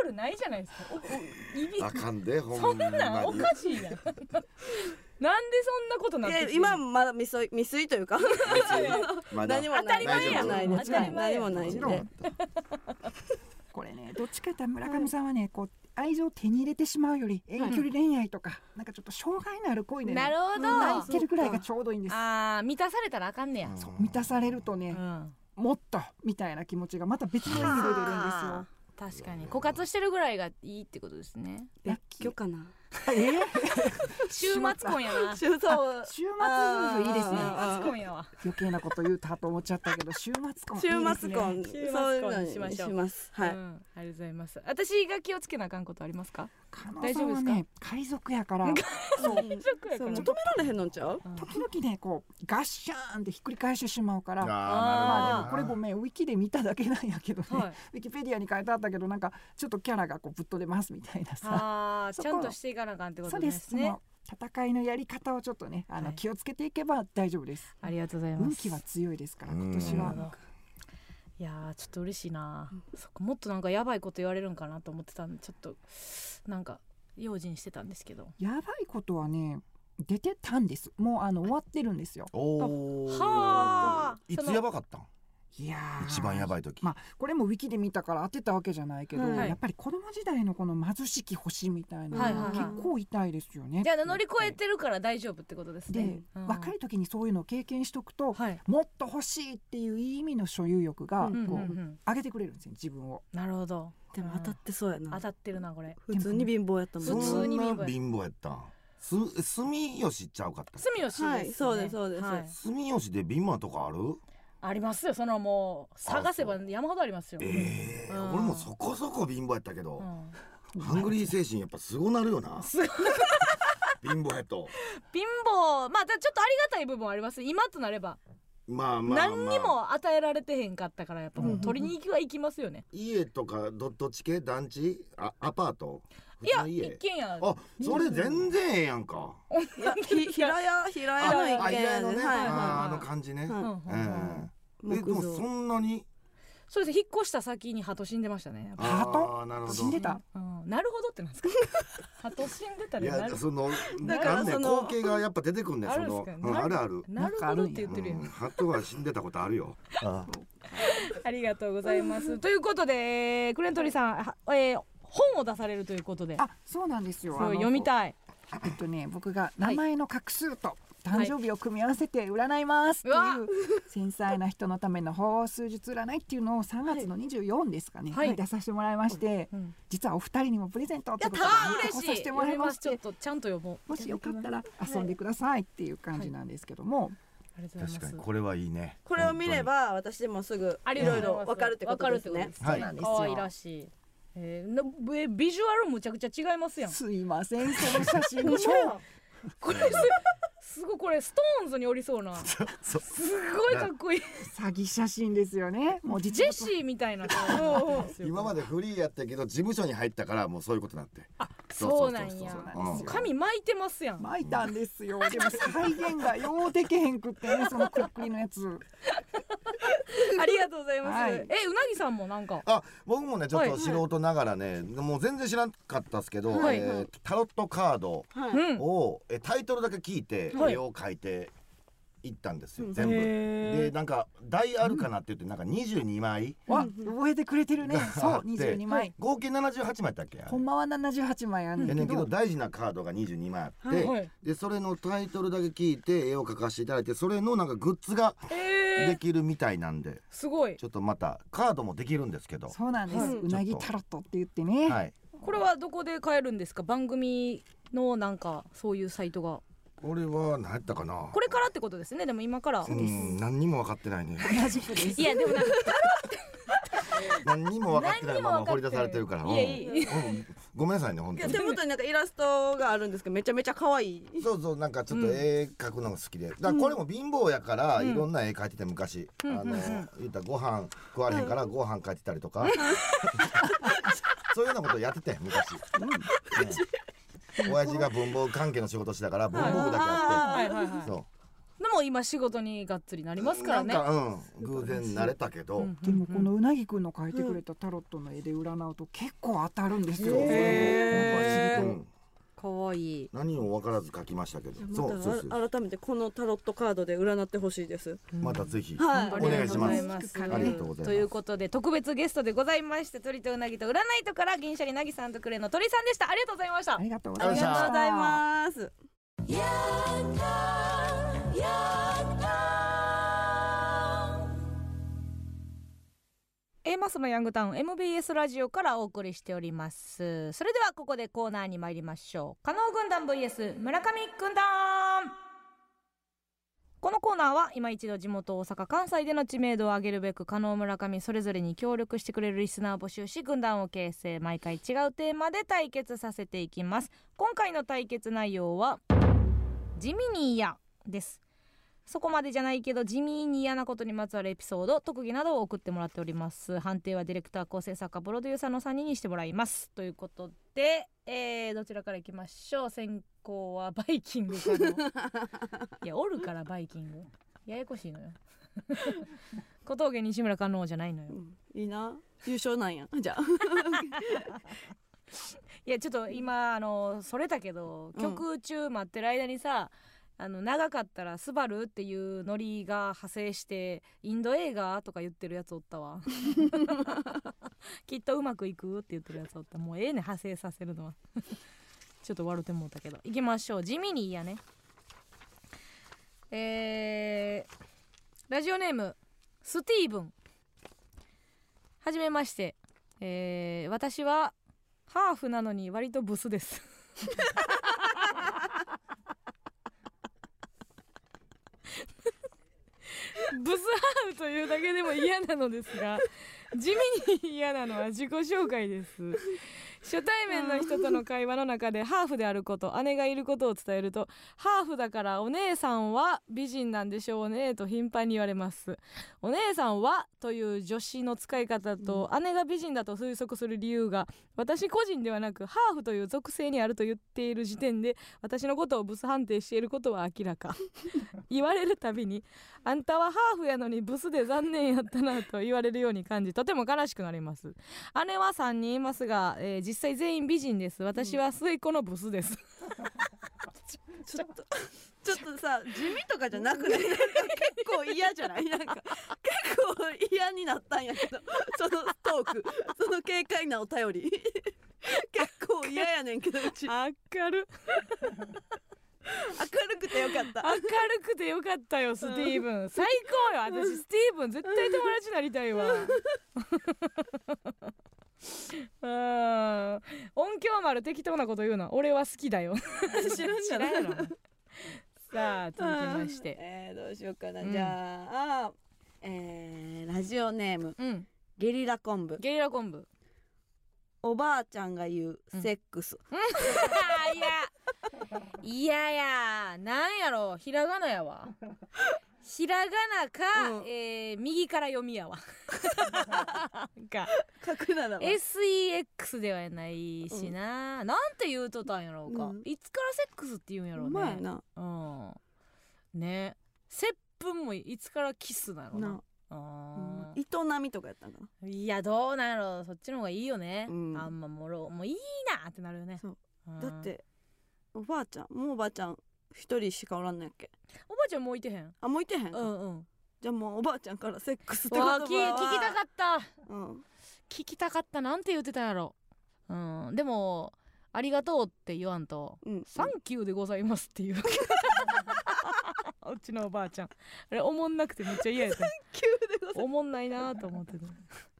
ールないじゃないですかおお意味あかんでほ そんんまなんおにかしいやんなんでそんなことないってきてやる今まだ未遂未遂というかまだ何も当たないり前やん何もないです当たり前やん何もないもちんでろんこれねどっちかやったら村上さんはねこう愛情を手に入れてしまうより遠距離恋愛とか、なんかちょっと障害のある恋で、ね、なるほど、抱いてるぐらいがちょうどいいんですあー満たされたらあかんねや、そう満たされるとうね、ん、もっとみたいな気持ちがまた別の意味で出るんですよあー確かに枯渇してるぐらいがいいってことですね別居かな週末婚やな週中そう週末夫婦いいですね末婚やわ余計なこと言うたと思っちゃったけど週末婚週いいです末ね婚すねそういう週末婚のににししまましょうすはういん、ありがとうございます私が気をつけなあかんことありますか加納大さ丈夫んではすかね海賊やからそうショックやかそうら求められへんのんちゃう時々ねこうガッシャーンってひっくり返してしまうからあーまあでもこれごめんウィキで見ただけなんやけどね、はいウィキペディアに書いてあったけどなんかちょっとキャラがこうぶっ飛んでますみたいなさあーそちこゃんとしていかなあかんってこそとうでですすそねの戦いのやり方をちょっとねあの、はい気をつけていけば大丈夫ですありがとうございます運気は強いですからうん今年なるはほどいやーちょっと嬉しいな、そっかもっとなんかやばいこと言われるんかなと思ってたんでちょっとなんか用心してたんですけどやばいことはね出てたんですもうあの終わってるんですよおお。はあいそつのやばかったん？いやー一番やばい時。まあこれもウィキで見たから当てたわけじゃないけど、はいやっぱり子供時代のこの貧しき星みたいなはいのはがいはい結構痛いですよね、じゃあ乗り越えてるから大丈夫ってことですねで、うん若い時にそういうのを経験しとくと、はいもっと欲しいっていういい意味の所有欲がうこんう、うんうんうん上げてくれるんですよ自分をなるほどでも当たってそうや当なたってるなこれ普通に貧乏やったもん普通に貧乏やそんな貧乏やったん。す住吉ちゃうかった。住吉です、ね、はいそうですそうですはい住吉で貧乏なとこある？ありますよそのもう探せば山ほどありますよええうん俺もそこそこ貧乏やったけどう、んハングリー精神やっぱすごなるよな。 すごい貧乏やと。貧乏まあだちょっとありがたい部分はあります今となれば、まあまあまあ。何にも与えられてへんかったからやっぱもううん取りに行きは行きますよね、家とかどどっち系団地あアパートいや普通の一軒家 あそれ全然ええやんか。いやひ平屋平屋のあ一軒意外家でのはいね、あーあはの感じね。いうんはうんううんんいえでも木そ造んなにそうです引っ越した先に鳩死んでましたねやっぱハトあーなるほど死んでた、うん、なるほどってなんですか鳩死んでたいらなやるそのだなからんねその光景がやっぱ出てくんねあそるんすのかうんあるあるなるほどって言ってるやんうんハトは死んでたことあるよありがとうございます。 ということで、えークレントリーさん、はえー本を出されるということで、あそうなんですよそう読みいたい。えっとね僕が名前の画数と誕生日を組み合わせて占いますっていう、はいう 繊細な人のための法数術占いっていうのを3月の24ですかね、はいに出させてもらいまして、うん実はお二人にもプレゼントってことであー持ってこさせてもらいましちょってとちゃんと読もう。もしよかったあら遊んでくださいっていう感じなんですけども、りがとうござ確いかまにす。これはいいねこれを見れば私でもすぐありいがとうろいございろますわかるってことですねわかはいるってことですねはい可愛らしい。えー、なえビジュアルむちゃくちゃ違いますやん。すいません その写真超これすすごいこれストーンズにおり そうな。すそごいかっこいい。詐欺写真ですよねもうジ実ェシーみたいな顔。今までフリーやったけど事務所に入ったからもうそういうことになってそうなんやそうそうそうもう髪巻いてます やん。巻いたんですよでも再現がようでけへんくってねそのくっくりのやつありがとうございます。はいえうなぎさんもなんか。あ僕もねちょっはとい素人ながらねもう全然知らなかったですけどはいえータロットカードはういん。をえタイトルだけ聞いてはい絵を描いていったんですうよん全部。へでーなんか大アルカナって言ってなんか22枚わ覚えてくれてるね そうあって22枚合計78枚だっけあれほんまは78枚あんやねんねけんけどど大事なカードが22枚あって、はいでそれのタイトルだけ聞いて絵を描かせていただいてそれのなんかグッズがえーできるみたいなんで、すごいちょっとまたカードもできるんですけど、そうなんですはいうなぎタロットって言ってねはい、これはどこで買えるんですか番組のなんかそういうサイトがこれは何やったかなこれからってことですねでも今からうん何にも分かってな いね同じくですいやでもなんか何にも分かってないまま何掘にりも分かって出されてるからうんいやいいうんごめんなさいね本い当やに手元になんかイラストがあるんですけどめちゃめちゃ可愛いそうそうなんかちょっと絵描くのが好きで、だからこれも貧乏やからうんいろんな絵描いてて昔、うんあうんうのん言ったらご飯食われへんからご飯描いてたりとか、 そういうようなことやってて昔、ね親父が文房具関係の仕事してたから文房具だけ あはいはいってはそいでも今仕事にがっつりなりうますからねなんかうん偶然慣れたけど、うんでもこのうなぎくんの描いてくれたタロットの絵で占うと結構当たるんですよへーなんか不思議とうんかわいい何も分からず描きましたけどまそうそうそうたあ改めてこのタロットカードで占ってほしいですまたぜひ、はいお願いしまあすりがとうございますありがとうございますということで特別ゲストでございまして鳥とうなぎと占いとから銀シャリなぎさんとクレの鳥さんでしたありがとうございましたありがとうごあざいまりしがとうたございますエマスのヤングタウン MBS ラジオからお送りしておりますそれではここでコーナーに参りましょう加納軍団 VS 村上軍団このコーナーは今一度地元大阪関西での知名度を上げるべく加納村上それぞれに協力してくれるリスナーを募集し軍団を形成毎回違うテーマで対決させていきます今回の対決内容は地味に嫌ですそこまでじゃないけど地味に嫌なことにまつわるエピソード特技などを送ってもらっております判定はディレクター構成作家プロデューサーの3人にしてもらいますということで、えーどちらからいきましょう先行はバイキングからいやおるからバイキングややこしいのよ小峠西村観音じゃないのようんいいな優勝なんやじゃあいやちょっと今あのそれたけどうん曲中待ってる間にさ、あの長かったら「スバルっていうノリが派生してインド映画とか言ってるやつおっ たわきっとうまくいくって言ってるやつおったもうええねん派生させるのは ちょっと笑うてもうたけどいきましょう地味にいいやねえー、ラジオネームスティーブンはじめまして、えー、私はハーフなのに割とブスです。ブスハーフというだけでも嫌なのですが地味に嫌なのは自己紹介です初対面の人との会話の中でハーフであること姉がいることを伝えると「ハーフだからお姉さんは美人なんでしょうね」と頻繁に言われますお姉さんはという女子の使い方と姉が美人だと推測する理由が私個人ではなくハーフという属性にあると言っている時点で私のことをブス判定していることは明ら か言われるたびに「あんたはハーフやのにブスで残念やったな」と言われるように感じとても悲しくなります姉は3人いますが、えー実際全員美人です私は末っ子のブスでちすょっとちょっとさ地味とかじゃなくないなんか結構嫌じゃないなんか結構嫌になったんやけどそのトークその軽快なお便り結構嫌やねんけどうち明 明るるくてよかった明るくてよかったよスティーブン最高よ私スティーブン絶対友達になりたいわ うん音響丸適当なこと言うな俺は好きだよ知らんじゃない知らんやろさあ続きましてえー、どうしようかな、うんじゃああーえー、ラジオネームうんゲリラ昆布ゲリラ昆 布おばあちゃんが言ううんセックス、いやいややなんやろひらがなやわひらがなか、うんえー右から読 みやわか書くならば SEX ではないしな、なんて言うとったんやろうか、うんいつからセックスって言うんやろううねまいなうんね接吻もいつからキスなのななあ営みとかやったんかないやどうなんやろうそっちの方がいいよね、うんあんまもろもういいなってなるよねそうんだっておばあちゃんもうおばあちゃん一人しかおらんのやっけおばあちゃんもういてへんあもういてへんうか、んうんじゃあもうおばあちゃんからセックスって言わ葉あは聞聞きたかったた、うん、聞きたかったなんて言ってたんやろうんでもありがとうって言わんとうんサンキューでございますっていう うちのおばあちゃんあれおもんなくてめっちゃ嫌やった急でございおもんないなと思 ってた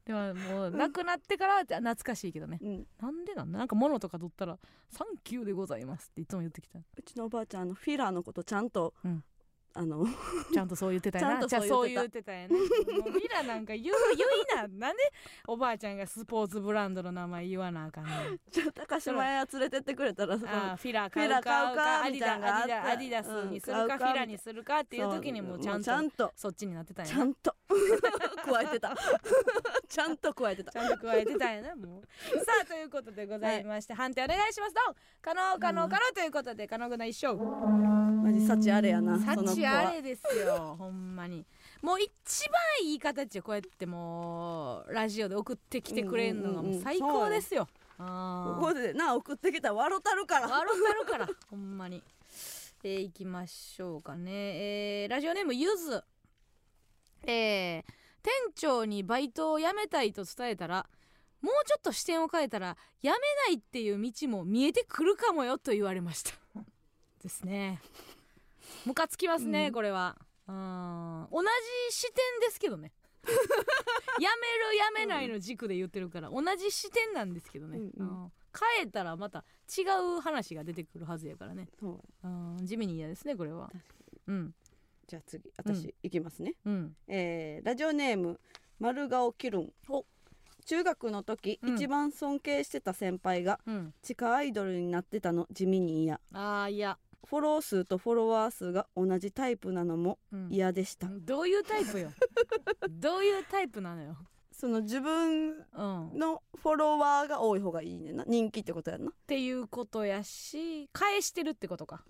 でももう亡くなってからじゃ懐かしいけどねうん、なんでなんなんか物とか取ったら「サンキューでございます」っていつも言ってきたうちのおばあちゃんあのフィラーのことちゃんと、うんあの ちゃんとそう言ってたよなちゃんとそう言ってたよねミラなんか 言う言いななんでおばあちゃんがスポーツブランドの名前言わなあかんねんちょ高島屋連れてってくれたらあーさフィラーフィ買うラかー買うかアデみィダたいなのがあアってディダアディダスにするか、うん買うフかィラーにするかっていうそう時にもうちゃんとちゃんとそっちになってたんやちなゃんと 加えてたちゃんと加えてたちゃんと加えてたんやなもう さあということでございまして、判定お願いしますどう可能可能可能ということで可能ぐな一生マジ幸あれやなその子幸あはれですよほんまにもう一番いい形でこうやってもうラジオで送ってきてくれるのがもう最高ですよ、あーここでな送ってきたら笑たるから笑ってるからほんまにえー、いきましょうかねえー、ラジオネームゆずえー、店長にバイトを辞めたいと伝えたらもうちょっと視点を変えたら辞めないっていう道も見えてくるかもよと言われました ですねムカつきますね、これはうん同じ視点ですけ どね辞める辞めないの軸で言ってるから同じ視点なんですけどね、うんうんうん変えたらまた違う話が出てくるはずやからねそううん地味に嫌ですねこれはうんじゃあ次私いきますね、うんえーラジオネーム丸顔キルン中学の時、うん一番尊敬してた先輩がうん地下アイドルになってたの地味に嫌ああいや、フォロー数とフォロワー数が同じタイプなのもうん、嫌でした、どういうタイプよ どういうタイプなのよその自分うんっのフォロワーが多い方がいいねんな人気ってことやんなていうことやし返してるってことか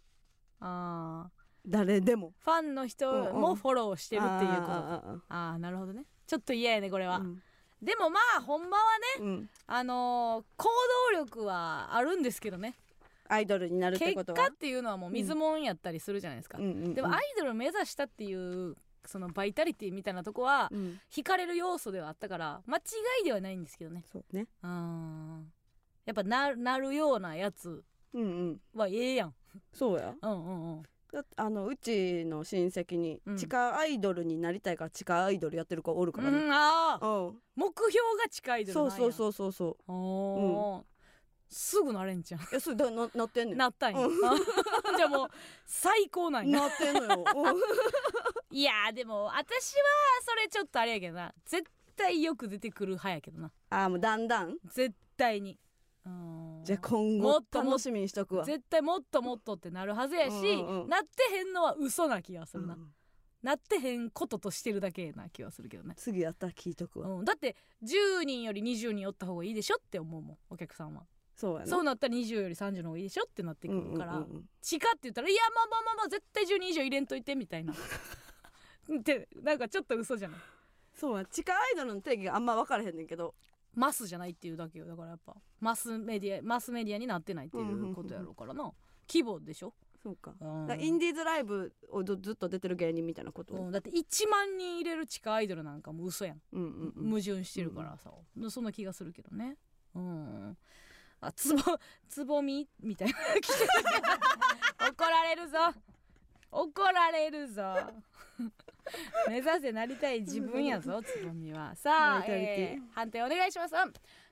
あー誰でもファンの人もフォローしてるっていうことああーああーなるほどねちょっと嫌やねこれーあは、ーうんでもまあほんまはねうんあのー行動力はあるんですけどねアイドルになるっ結て果ことはっていうのはもう水もんやったりするじゃないですか、うんうんうんでもアイドル目指したっていうそのバイタリティみたいなとこはうん惹かれる要素ではあったから間違いではないんですけどねそうねうんやっぱななるようなやつうんうんはええやんそうやうんうんうんだってあのうちの親戚にうん地下アイドルになりたいから地下アイドルやってる子おるからねうんあうーん目標が近いでそうそううそうそうそうおーすぐなれんじゃえそれだななってんねんんなったんや、う じゃあもう最高なんやなってんのよ うんいやーでも私はそれちょっとあれやけどな絶対よく出てくる派やけどなあーもうだんだん絶対にうんじゃあ今も後っとも楽しみにしとくわ絶対もっともっとってなるはずやうし、んうんうんなってへんのは嘘な気がすうるな、んなってへんこととしてるだけな気がするけどね、次やったら聞いとくわうん、だって10人より20人おった方がいいでしょって思うもんお客さんはそうやなそうなったら20より30の方がいいでしょってなってくるから、うんうんうんうん地下って言ったら「いやまあまあまあまあ絶対10人以上入れんといて」みたいなってなんかちょっと嘘じゃないそうや地下アイドルの定義があんま分からへんねんけどマスじゃないっていうだけよだからやっぱマスメディアマスメディアになってないっていうことやろうからな規模でしょ、そうかうんだからインディーズライブをずずっと出てる芸人みたいなことうんだって1万人入れる地下アイドルなんかもう嘘やん、うんうんうん矛盾してるからさ、そんな気がするけどねうんあつぼ つぼみみたいな 怒られるぞ怒られるぞ 目指せなりたい自分や ぞつぼみはさあな、りたいってえー判定お願いします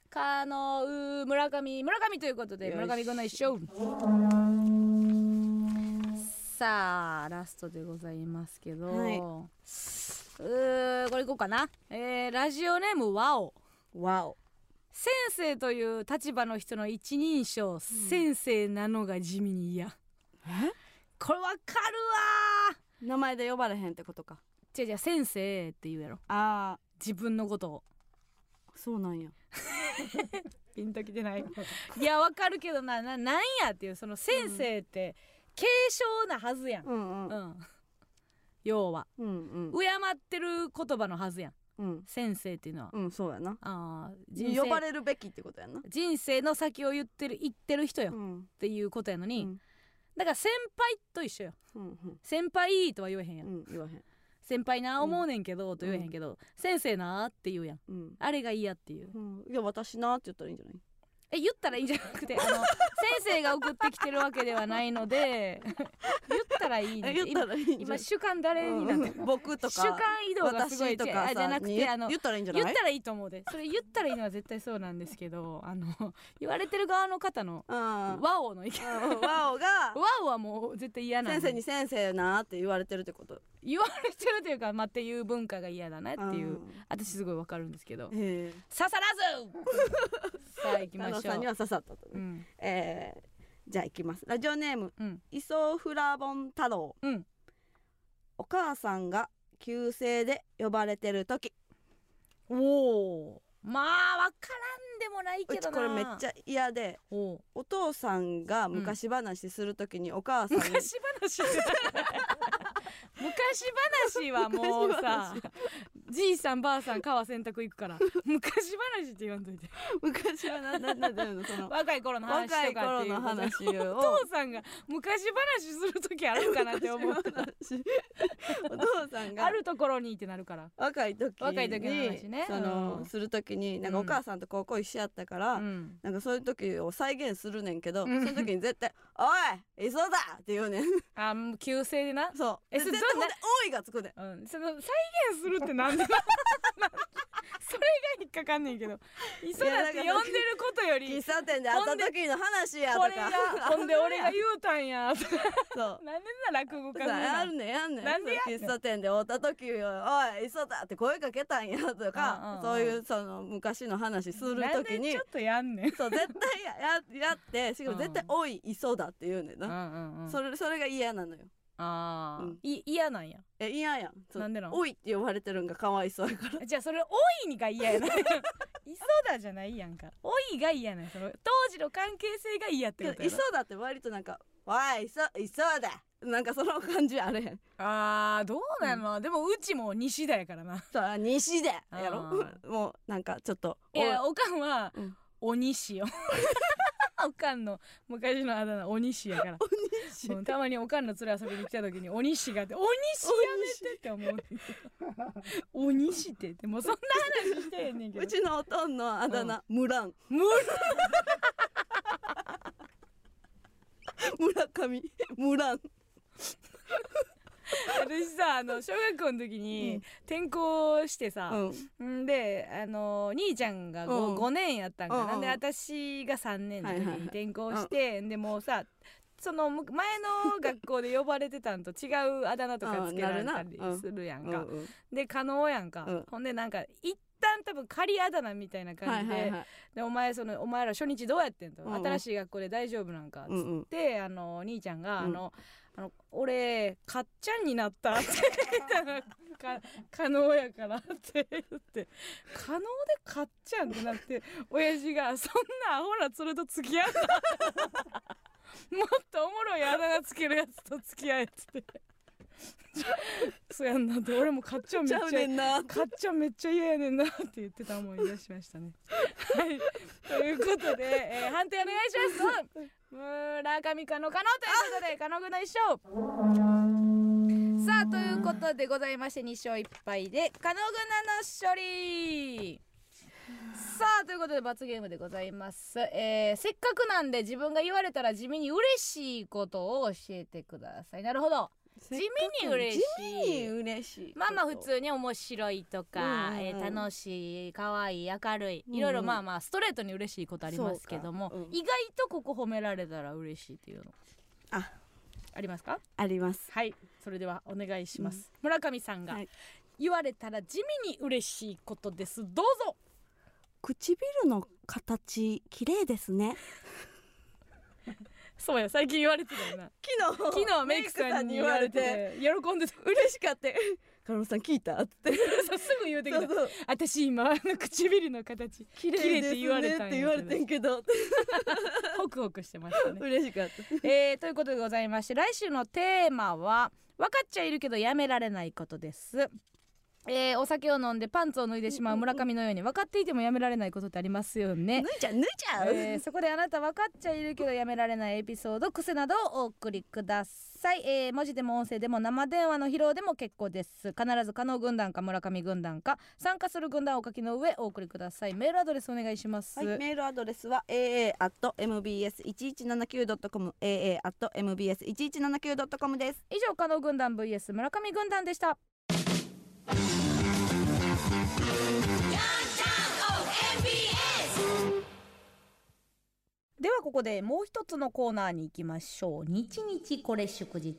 かのう村上村上ということでよし村上君の一生さあラストでございますけど、はいうーこれいこうかな、えーラジオネームワオわお先生という立場の人の一人称、先生なのが地味に嫌これわかるわ名前で呼ばれへんってことかーじゃじゃ先生って言うやろあ自分のことをーそうなんやピンときてないいやわかるけどなななんやっていうその先生って継承なはずやん、うんううんん要はうんうん敬ってる言葉のはずやんうん先生っていうのは、うんそうやなあー人生呼ばれるべきってことやな人生の先を言ってる言ってる人よ、うっんていうことやのに、うんだから先輩と一緒ようんうん先輩とは言えへんや、うんん言わへん先輩な思うねんけど、と言えへんけど、先生なって言うやんうんあれが嫌っていううんいや私なって言ったらいいんじゃないえ言ったらいいんじゃな くてあの先生が送ってきてるわけではないので 言ったらいいね言ったらいいんじゃ今な今い主観誰になってる、うん僕とか 主観移動がすごい私とか違うあじゃなさくにてあの言ったらいいんじゃない言ったらいいと思うでそれ言ったらいいのは絶対そうなんですけどあの言われてる側の方のうん和王の意見うんワオ がワオはもう絶対嫌なん先で生に先生なって言われてるってこと言われてるというか、まあ、っていう文化が嫌だなっていうあ私すごいわかるんですけどーええ刺さらず さあ行き旦ま那しょさんにう、は刺さったと、うねんえーじゃあ行きますラジオネームうんイソフラボン太郎、うんお母さんが旧姓で呼ばれてる時おおまあわからんでもないうけちどなこれめっちゃゃ嫌でおうお父さんが昔話する時にお母さんに、昔話昔話はもうさじいさんばあさん川洗濯行くから昔話って言わんといて昔はなななななその若い頃の話とか若っいう頃ていことの話をお父さんが昔話する時あるかなって思った昔話お父さんが あるところにってなるから若い時に若い時の話ねその、うんする時になんかうおん母さんと高校一緒やったから、うんなんかそういう時を再現するねんけど、うんその時に絶対「おい磯だ!」って言うねんあもう旧姓でなそうええ そ絶れ対ほん どうで「おい」がつくねんうん、その再現するって なんでなそれが引っかかんねんけど磯田って呼んでることより喫茶店で会った時の話やとこかれがほんで俺が言うたん や そうなんでな落語そ家うのなやるねんやんねんなんでやそう喫茶店で会った時を「おい磯だ!」って声かけたんやとうんうんうかんそういうその昔の話するなん時でにちょっとやんねん、そう絶対やややってしかも絶対う「んおい磯だ!」って言うねんうんうな、んうん、それそれが嫌なのよああ、うんい嫌なんやえ嫌やんそうなんでなんおいって呼ばれてるんがかわいそうやから じゃあそれ「お い」にが嫌やな磯田じゃないやんか「おい」が嫌なんやその当時の関係性が嫌ってけことどやいろそうだって割となんかわいそいそうだなんかその感じあれへんあーどうなんやろな、でもうちも西だやからなさあ西であーやろ もうなんかちょっといやおかんは、うんお西よ おかんの昔のあだ名お西やから西うんたまにおかんの連れ遊びに来た時に「お西が」って「お西やめて」って思う「 お西って」ってもうそんな話してへんねんけどうちのおとんのあだ名、ムラン無理村上ムラン私さあの小学校の時に転校してさ、うんんであの兄ちゃんが 5,、うん五年やったんかうんな、うんで私が3年の時はいはいはにい転校して、でもうさそのむ前の学校で呼ばれてたんと違うあだ名とかつけられたりうんなるなうんするやんうんか、うんで加納やんか、うんほんでなんか一旦多分仮あだ名みたいなは感いじで,、はいはいでお前そのお前ら初日どうやってんと、うんうん新しい学校で大丈夫なんかっつうんうんってあの兄ちゃんが「うんあのあの俺かっちゃんになった」って言った ら「か可能やから」って言って「可能でかっちゃん」ってなって親父が「そんなアホなそれと付き合うな」もっとおもろいあだ名つけるやつと付き合え」っつって「そうやんな」って俺もかっちゃんめちっゃうちゃねんなかっちゃんめっちゃ嫌やねんなって言ってた思い出しましたね。はい、ということで、えー判定お願いします。村上かのかのということで、かのぐの一勝。さあということでございまして2勝1敗でかのぐなの勝利さあということで罰ゲームでございます、えーせっかくなんで自分が言われたら地味に嬉しいことを教えてくださいなるほど地味に嬉しい地味に嬉しいまあまあ普通に面白いとか、うんうんえうんー楽しい可愛い明るいうんうんいろいろまあまあストレートに嬉しいことありますけども、そうかうん意外とここ褒められたら嬉しいっていうのあありますかありますはいそれではお願いします、村上さんが、はい言われたら地味に嬉しいことですどうぞ唇の形綺麗ですねそうや最近言われてたよな昨日昨日メイクさんに言われて喜んでた嬉しかった「 カノさん聞いた?」ってそうすぐ言うてきた 私今あの唇の形綺麗ですねって言われたんやけどって言われてんけどホクホクしてましたね 嬉しかったえーということでございまして来週のテーマは「分かっちゃいるけどやめられないこと」です。えーお酒を飲んでパンツを脱いでしま う村上のように分かっていてもやめられないことってありますよね。脱いちゃう脱いちゃう、えーそこであなた分かっちゃいるけどやめられないエピソード癖などをお送りください、えー文字でも音声でも生電話の披露でも結構です必ず加納軍団か村上軍団か参加する軍団をお書きの上お送りくださいメールアドレスお願いします、はい、メールアドレスは aa mbs 一一七九ドットコム aa mbs 一一七九ドットコムです。以上加納軍団 vs 村上軍団でしたではここでもう一つのコーナーに行きましょう日日これ祝日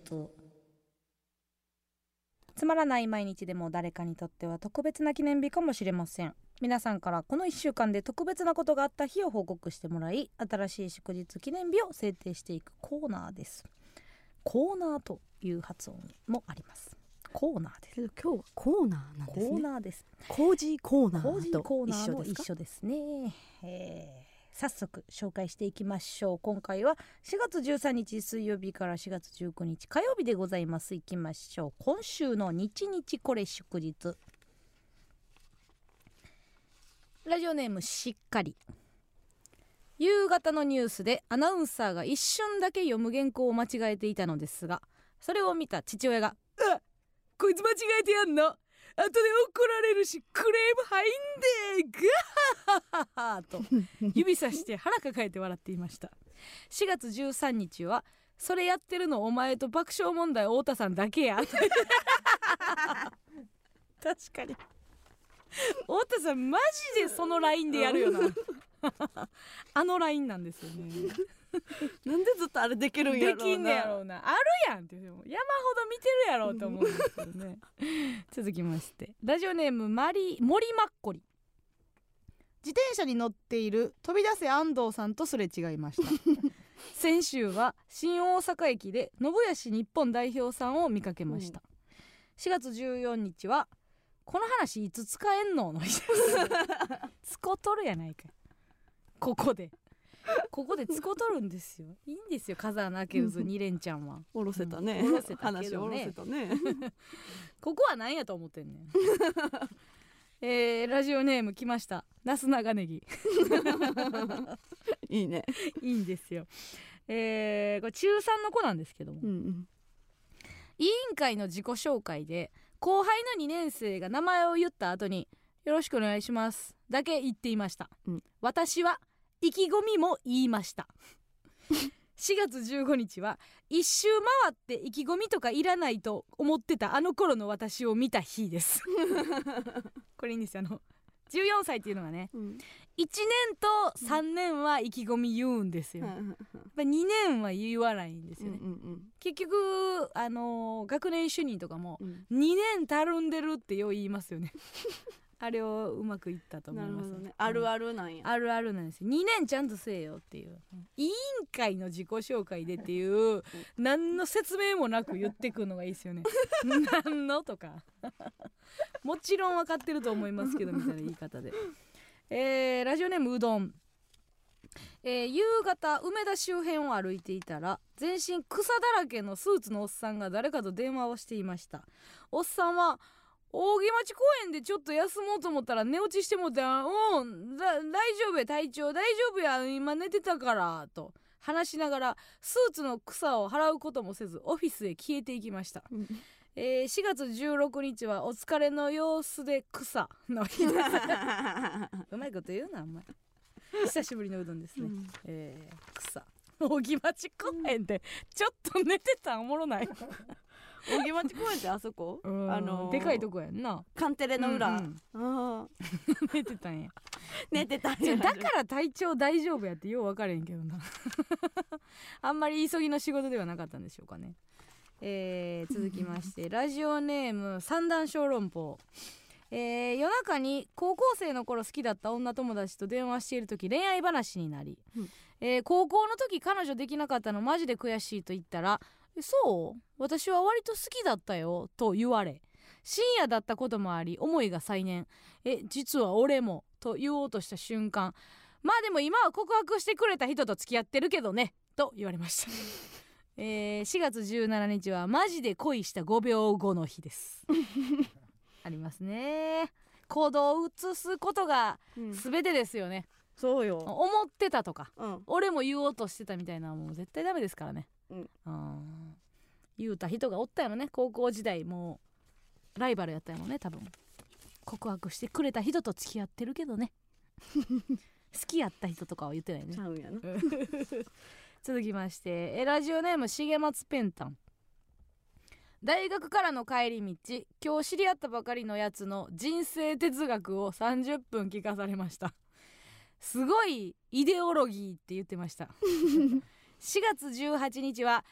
つまらない毎日でも誰かにとっては特別な記念日かもしれません皆さんからこの1週間で特別なことがあった日を報告してもらい新しい祝日記念日を制定していくコーナーですコーナーという発音もありますコーナーですけど今日はコーナーなんですねコーナーです工事コーナ工事ーコと一ーナー緒もですか一緒ですね、えー早速紹介していきましょう今回は4月13日水曜日から4月19日火曜日でございますいきましょう今週の日日これ祝日ラジオネームしっかり夕方のニュースでアナウンサーが一瞬だけ読む原稿を間違えていたのですがそれを見た父親が「あこいつ間違えてやんの後で怒られるしクレーム入んでガハハハ と指さして腹抱えて笑っていました4月13日はそれやってるのお前と爆笑問題太田さんだけや 確かに太田さんマジでそのラインでやるよな あのラインなんですよねなんでずっとあれできるんやろうな。できんねやろうなあるやんってでも山ほど見てるやろうと思うんですけどね続きましてラジオネームマリ森マッコリ自転車に乗っている飛び出せ安藤さんとすれ違いました 先週は新大阪駅で信義日本代表さんを見かけました、4月14日はこの話いつ 使えんのの日です使うとるやないかいここでここでつことるんですよ いいんですよ風穴開けずにレンちゃんはおろせたね。うんおろせたけ話をどおろねせたね。 ここは何やと思ってんねん えー、ラジオネーム来ましたなす長ネギいいね。 いいんですよえー、これ中3の子なんですけどもうん委員会の自己紹介で後輩の2年生が名前を言った後に「よろしくお願いします」だけ言っていました、うん私は意気込みも言いました4月15日は一周回って意気込みとかいらないと思ってたあの頃の私を見た日です これいいんですよあの14歳っていうのはねうん。 1年と3年は意気込み言うんですよ、うやっんぱ2年は言わないんですうよね、ん結局あのー学年主任とかもうん。 2年たるんでるってよう言います よねあれをうまくいったと思いなるまほすどね。あるあるあるなんや。 あるあるなんですよ2年ちゃんとせえよっていう委員会の自己紹介でっていう何の説明もなく言ってくるのがいい ですよね何のとかもちろん分かってると思いますけどみたいな言い方でえーラジオネームうどんえー夕方梅田周辺を歩いていたら全身草だらけのスーツのおっさんが誰かと電話をしていましたおっさんは大木町公園でちょっと休もうと思ったら寝落ちしてもうたうんだ大丈夫や隊長大丈夫や今寝てたからと話しながらスーツの草を払うこともせずオフィスへ消えていきました、うんえー4月16日はお疲れの様子で草の日ですうまいこと言うなお前久しぶりのうどんですね、えー、草大木町公園でちょっと寝てたんおもろない、大木町公園ってあそこ？ああののーでかいとこやんなカンテレの裏。うんうんああ 寝てたんや寝 てたんじゃや。あだから体調大丈夫やってよう分かれへんけどな あんまり急ぎの仕事ではなかったんでしょうかねえー続きまして ラジオネーム三段小籠包えー夜中に高校生の頃好きだった女友達と電話している時恋愛話になり、うんえー高校の時彼女できなかったのマジで悔しいと言ったら「えそう私は割と好きだったよ」と言われ深夜だったこともあり思いが再燃え実は俺もと言おうとした瞬間まあでも今は告白してくれた人と付き合ってるけどねと言われました、 えー4月17日はマジで恋した5秒後の日です ありますね行動を移すことがうん全てですよね、そうよ。思ってたとかうん。俺も言おうとしてたみたいなのはもう絶対ダメですからね、うんん言うた人がおったやろね高校時代もうライバルやったやろね多分告白してくれた人と付き合ってるけど ね好きやった人とかは言ってないねちゃうんやな。続きましてえラジオネーム重松ペンタン大学からの帰り道今日知り合ったばかりのやつの人生哲学を30分聞かされましたすごいイデオロギーって言ってました4月18日は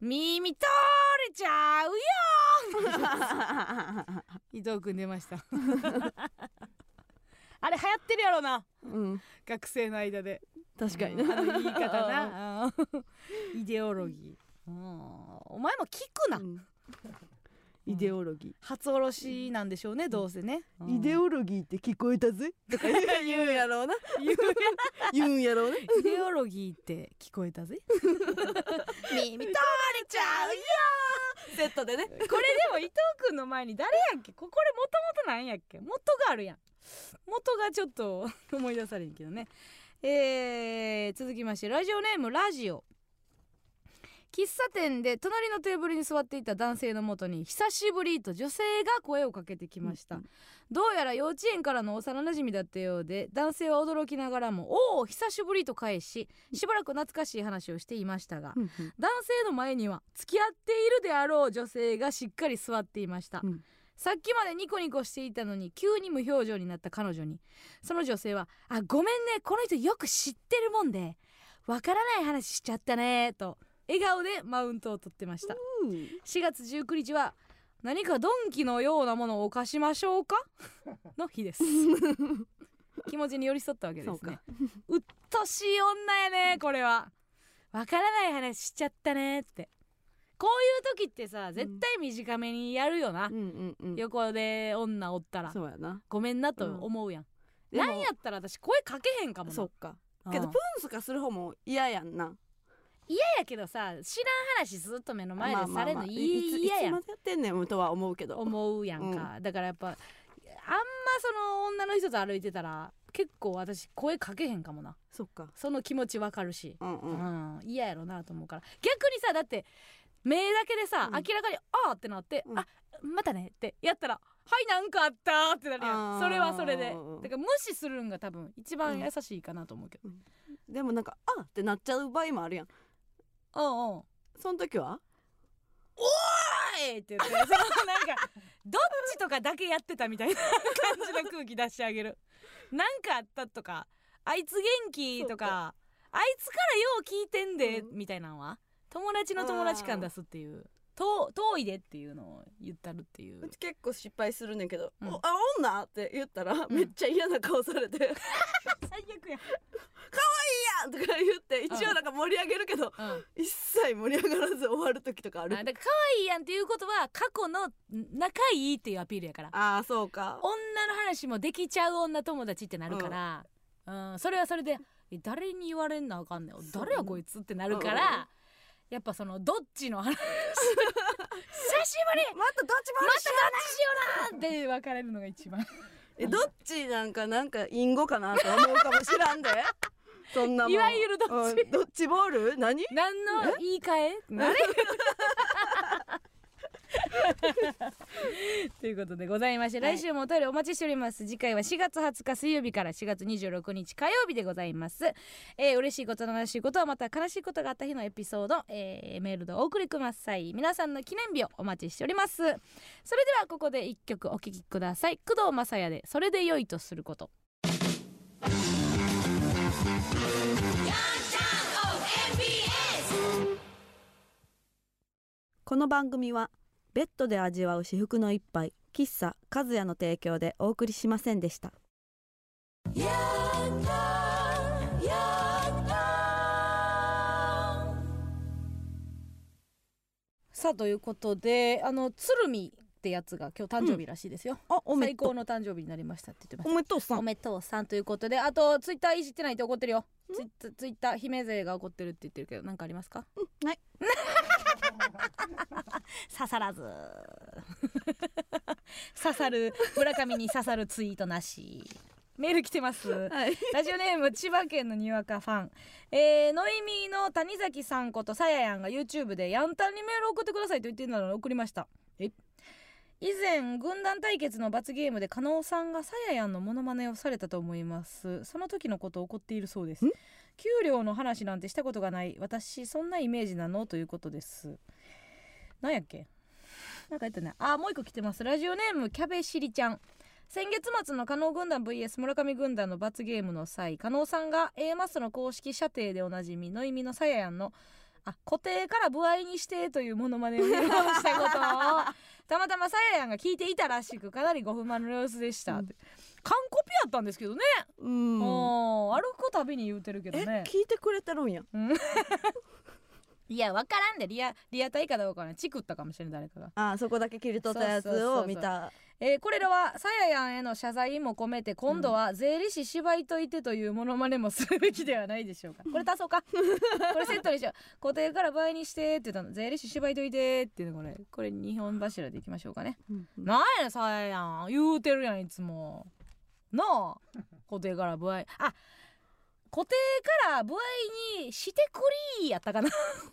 耳取れちゃうよ伊藤くん出ましたあれ流行ってるやろなうん。学生の間で確かにあな。の言い方なイデオロギー、うん、お前も聞くな、うん。 イデオロギ初おろしなんでしょうね、どうせね、ー。イデオロギーって聞こえたぜとか言う言うやろうな言う言うんやろうねイデオロギーって聞こえたぜ耳取れちゃうよセットでねこれでも伊藤君の前に誰やっけここれもともとなんやっけ元があるやん元がちょっと 思い出されんけどねえー、続きましてラジオネームラジオ喫茶店で隣のテーブルに座っていた男性のもとに久しぶりと女性が声をかけてきました、どうやら幼稚園からの幼なじみだったようで男性は驚きながらも「おお久しぶり」と返ししばらく懐かしい話をしていましたが男性の前には付き合っているであろう女性がしっかり座っていました、うんさっきまでニコニコしていたのに急に無表情になった彼女にその女性は「あごめんねこの人よく知ってるもんでわからない話しちゃったね」と笑顔でマウントを取ってました4月19日は何かドンキのようなものを犯しましょう かの日 です気持ちに寄り添ったわけでそうすねかうっとしい女やねこれはわからない話しちゃったねってこういう時ってさ絶対短めにやるよな、うんうんうん横で女おったらそうやなごめんなと思うやん、でもなんやったら私声かけへんかもなそっかけどプンスカする方も嫌やんなやけどさ知らん話ずっと目の前でされるのいいい嫌やつまんでやってんねんとは思うけど思うやんか、だからやっぱあんまその女の人と歩いてたら結構私声かけへんかもなそっかその気持ちわかるしうんううんん嫌、やろなと思うから逆にさだって目だけでさ、うん明らかに「あーってなって「うんあまたね」ってやったら「はいなんかあった」ってなるやあんーそれはそれでうんだから無視するんが多分一番優しいかなと思うけど、でもなんかあってなっちゃう場合もあるやんうん、うんその時ははいって言ってそのなんかどっちとかだけやってたみたいな感じの空気出してあげるなんかあったとかあいつ元気とかあいつからよう聞いてんで、うみたいなのは友達の友達感出すっていう遠遠いでっていうのを言ったるっていううち結構失敗するねんけどう「んおあ女?」って言ったらめっちゃ嫌な顔され て「いや!最悪や、」とか言って一応なんか盛り上げるけどうん、一切盛り上がらず終わる時とかああるだから可愛いやんっていうことは過去の仲いいっていうアピールやからああそうか女の話もできちゃう女友達ってなるから、うんそれはそれでえ誰に言われんなあかんねんそう誰やこいつってなるかうんら、やっぱそのどっちの話 久しぶりまたどっちもあるしなんで別れるのが一番えどっちなんかなんか隠語かなと思うかもしらんで そんなもんいわゆるどっちうんどっちボール何何の言い換えあれ ということでございまして来週もお便りお待ちしております、次回は4月20日水曜日から4月26日火曜日でございます、えー、嬉しいこと悲しいことはまた悲しいことがあった日のエピソード、えーメールでお送りください皆さんの記念日をお待ちしておりますそれではここで一曲お聴きください工藤雅也でそれで良いとすることこの番組はベッドで味わう至福の一杯喫茶和也の提供でお送りしませんでしたさあということであの鶴見ってやつが今日誕生日らしいですよ、あお最高の誕生日になりましたって言ってますめとうさおめでとうさんということであとツイッターいじってないって怒ってるよツイッターツイッター姫勢が怒ってるって言ってるけど何かありますかない 刺さらず 刺さる村上に刺さるツイートなしメール来てますはいラジオネーム千葉県のにわかファン、えー、ノイミーの谷崎さんことさややんが YouTube でヤンタンにメール送ってくださいと言ってるので送りましたえ以前軍団対決の罰ゲームで加納さんがさややんのモノマネをされたと思いますその時のことを怒っているそうですん給料の話なんてしたことがない私そんなイメージなのということですなんやっけなんかやったねあもう一個来てますラジオネームキャベシリちゃん先月末の加納軍団 VS 村上軍団の罰ゲームの際加納さんが A マスの公式射程でおなじみの意味のさややんのあ固定から歩合にしてというモノマネを披露したことをたまたまさややんが聞いていたらしくかなりご不満の様子でした、って完コピやったんですけどね、うんおー歩くたびに言うてるけどえね聞いてくれたるんやいやわからんでリアリアタイかどうかはチクったかもしれん誰かがあそこだけ切り取ったやつそうそうそうそをう見たえーこれらはさややんへの謝罪も込めて今度は税理士芝居といてというモノマネもするべきではないでしょう かこれ足そうかこれセットにしよう固定から倍にしてって言ったの税理士芝居といてっていうのこれこれ日本柱でいきましょうかね、うんうんなんやねんさややん言うてるやんいつもなあ 固定から倍あ固定から倍にしてくりーやったかな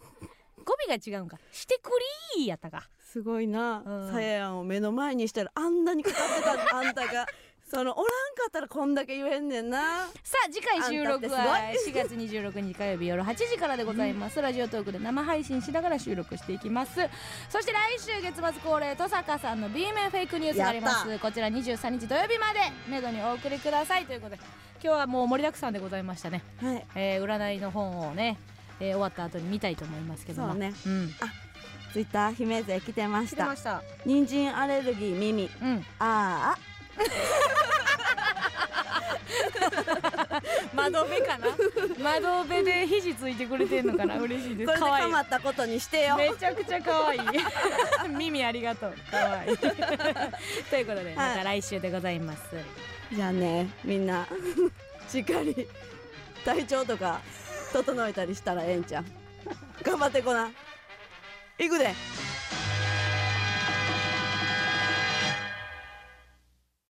語尾が違うんかしてくりーやったかすごいなうんさややんを目の前にしたらあんなにかかっ てたあんたがそのおらんかったらこんだけ言えんねんなさあ次回収録はあんた4月26日火曜日夜8時からでございます、ラジオトークで生配信しながら収録していきますそして来週月末恒例登坂さんの B 面フェイクニュースがありまやすこちら23日土曜日までめどにお送りくださいということで今日はもう盛りだくさんでございましたね、はいえー占いの本をね、えー終わった後に見たいと思いますけどもそうねうんツイッター姫勢来てま来してまたした人参アレルギー耳 うんああ窓辺かな窓辺で肘ついてくれてんのかな嬉しいでこれすでかわいかいまったことにしてよめちゃくちゃ可愛い耳ありがとう可愛いということでまた来週でございます、 じゃあねみんなしっかり体調とか整えたりしたらええんちゃう頑張ってこな行くで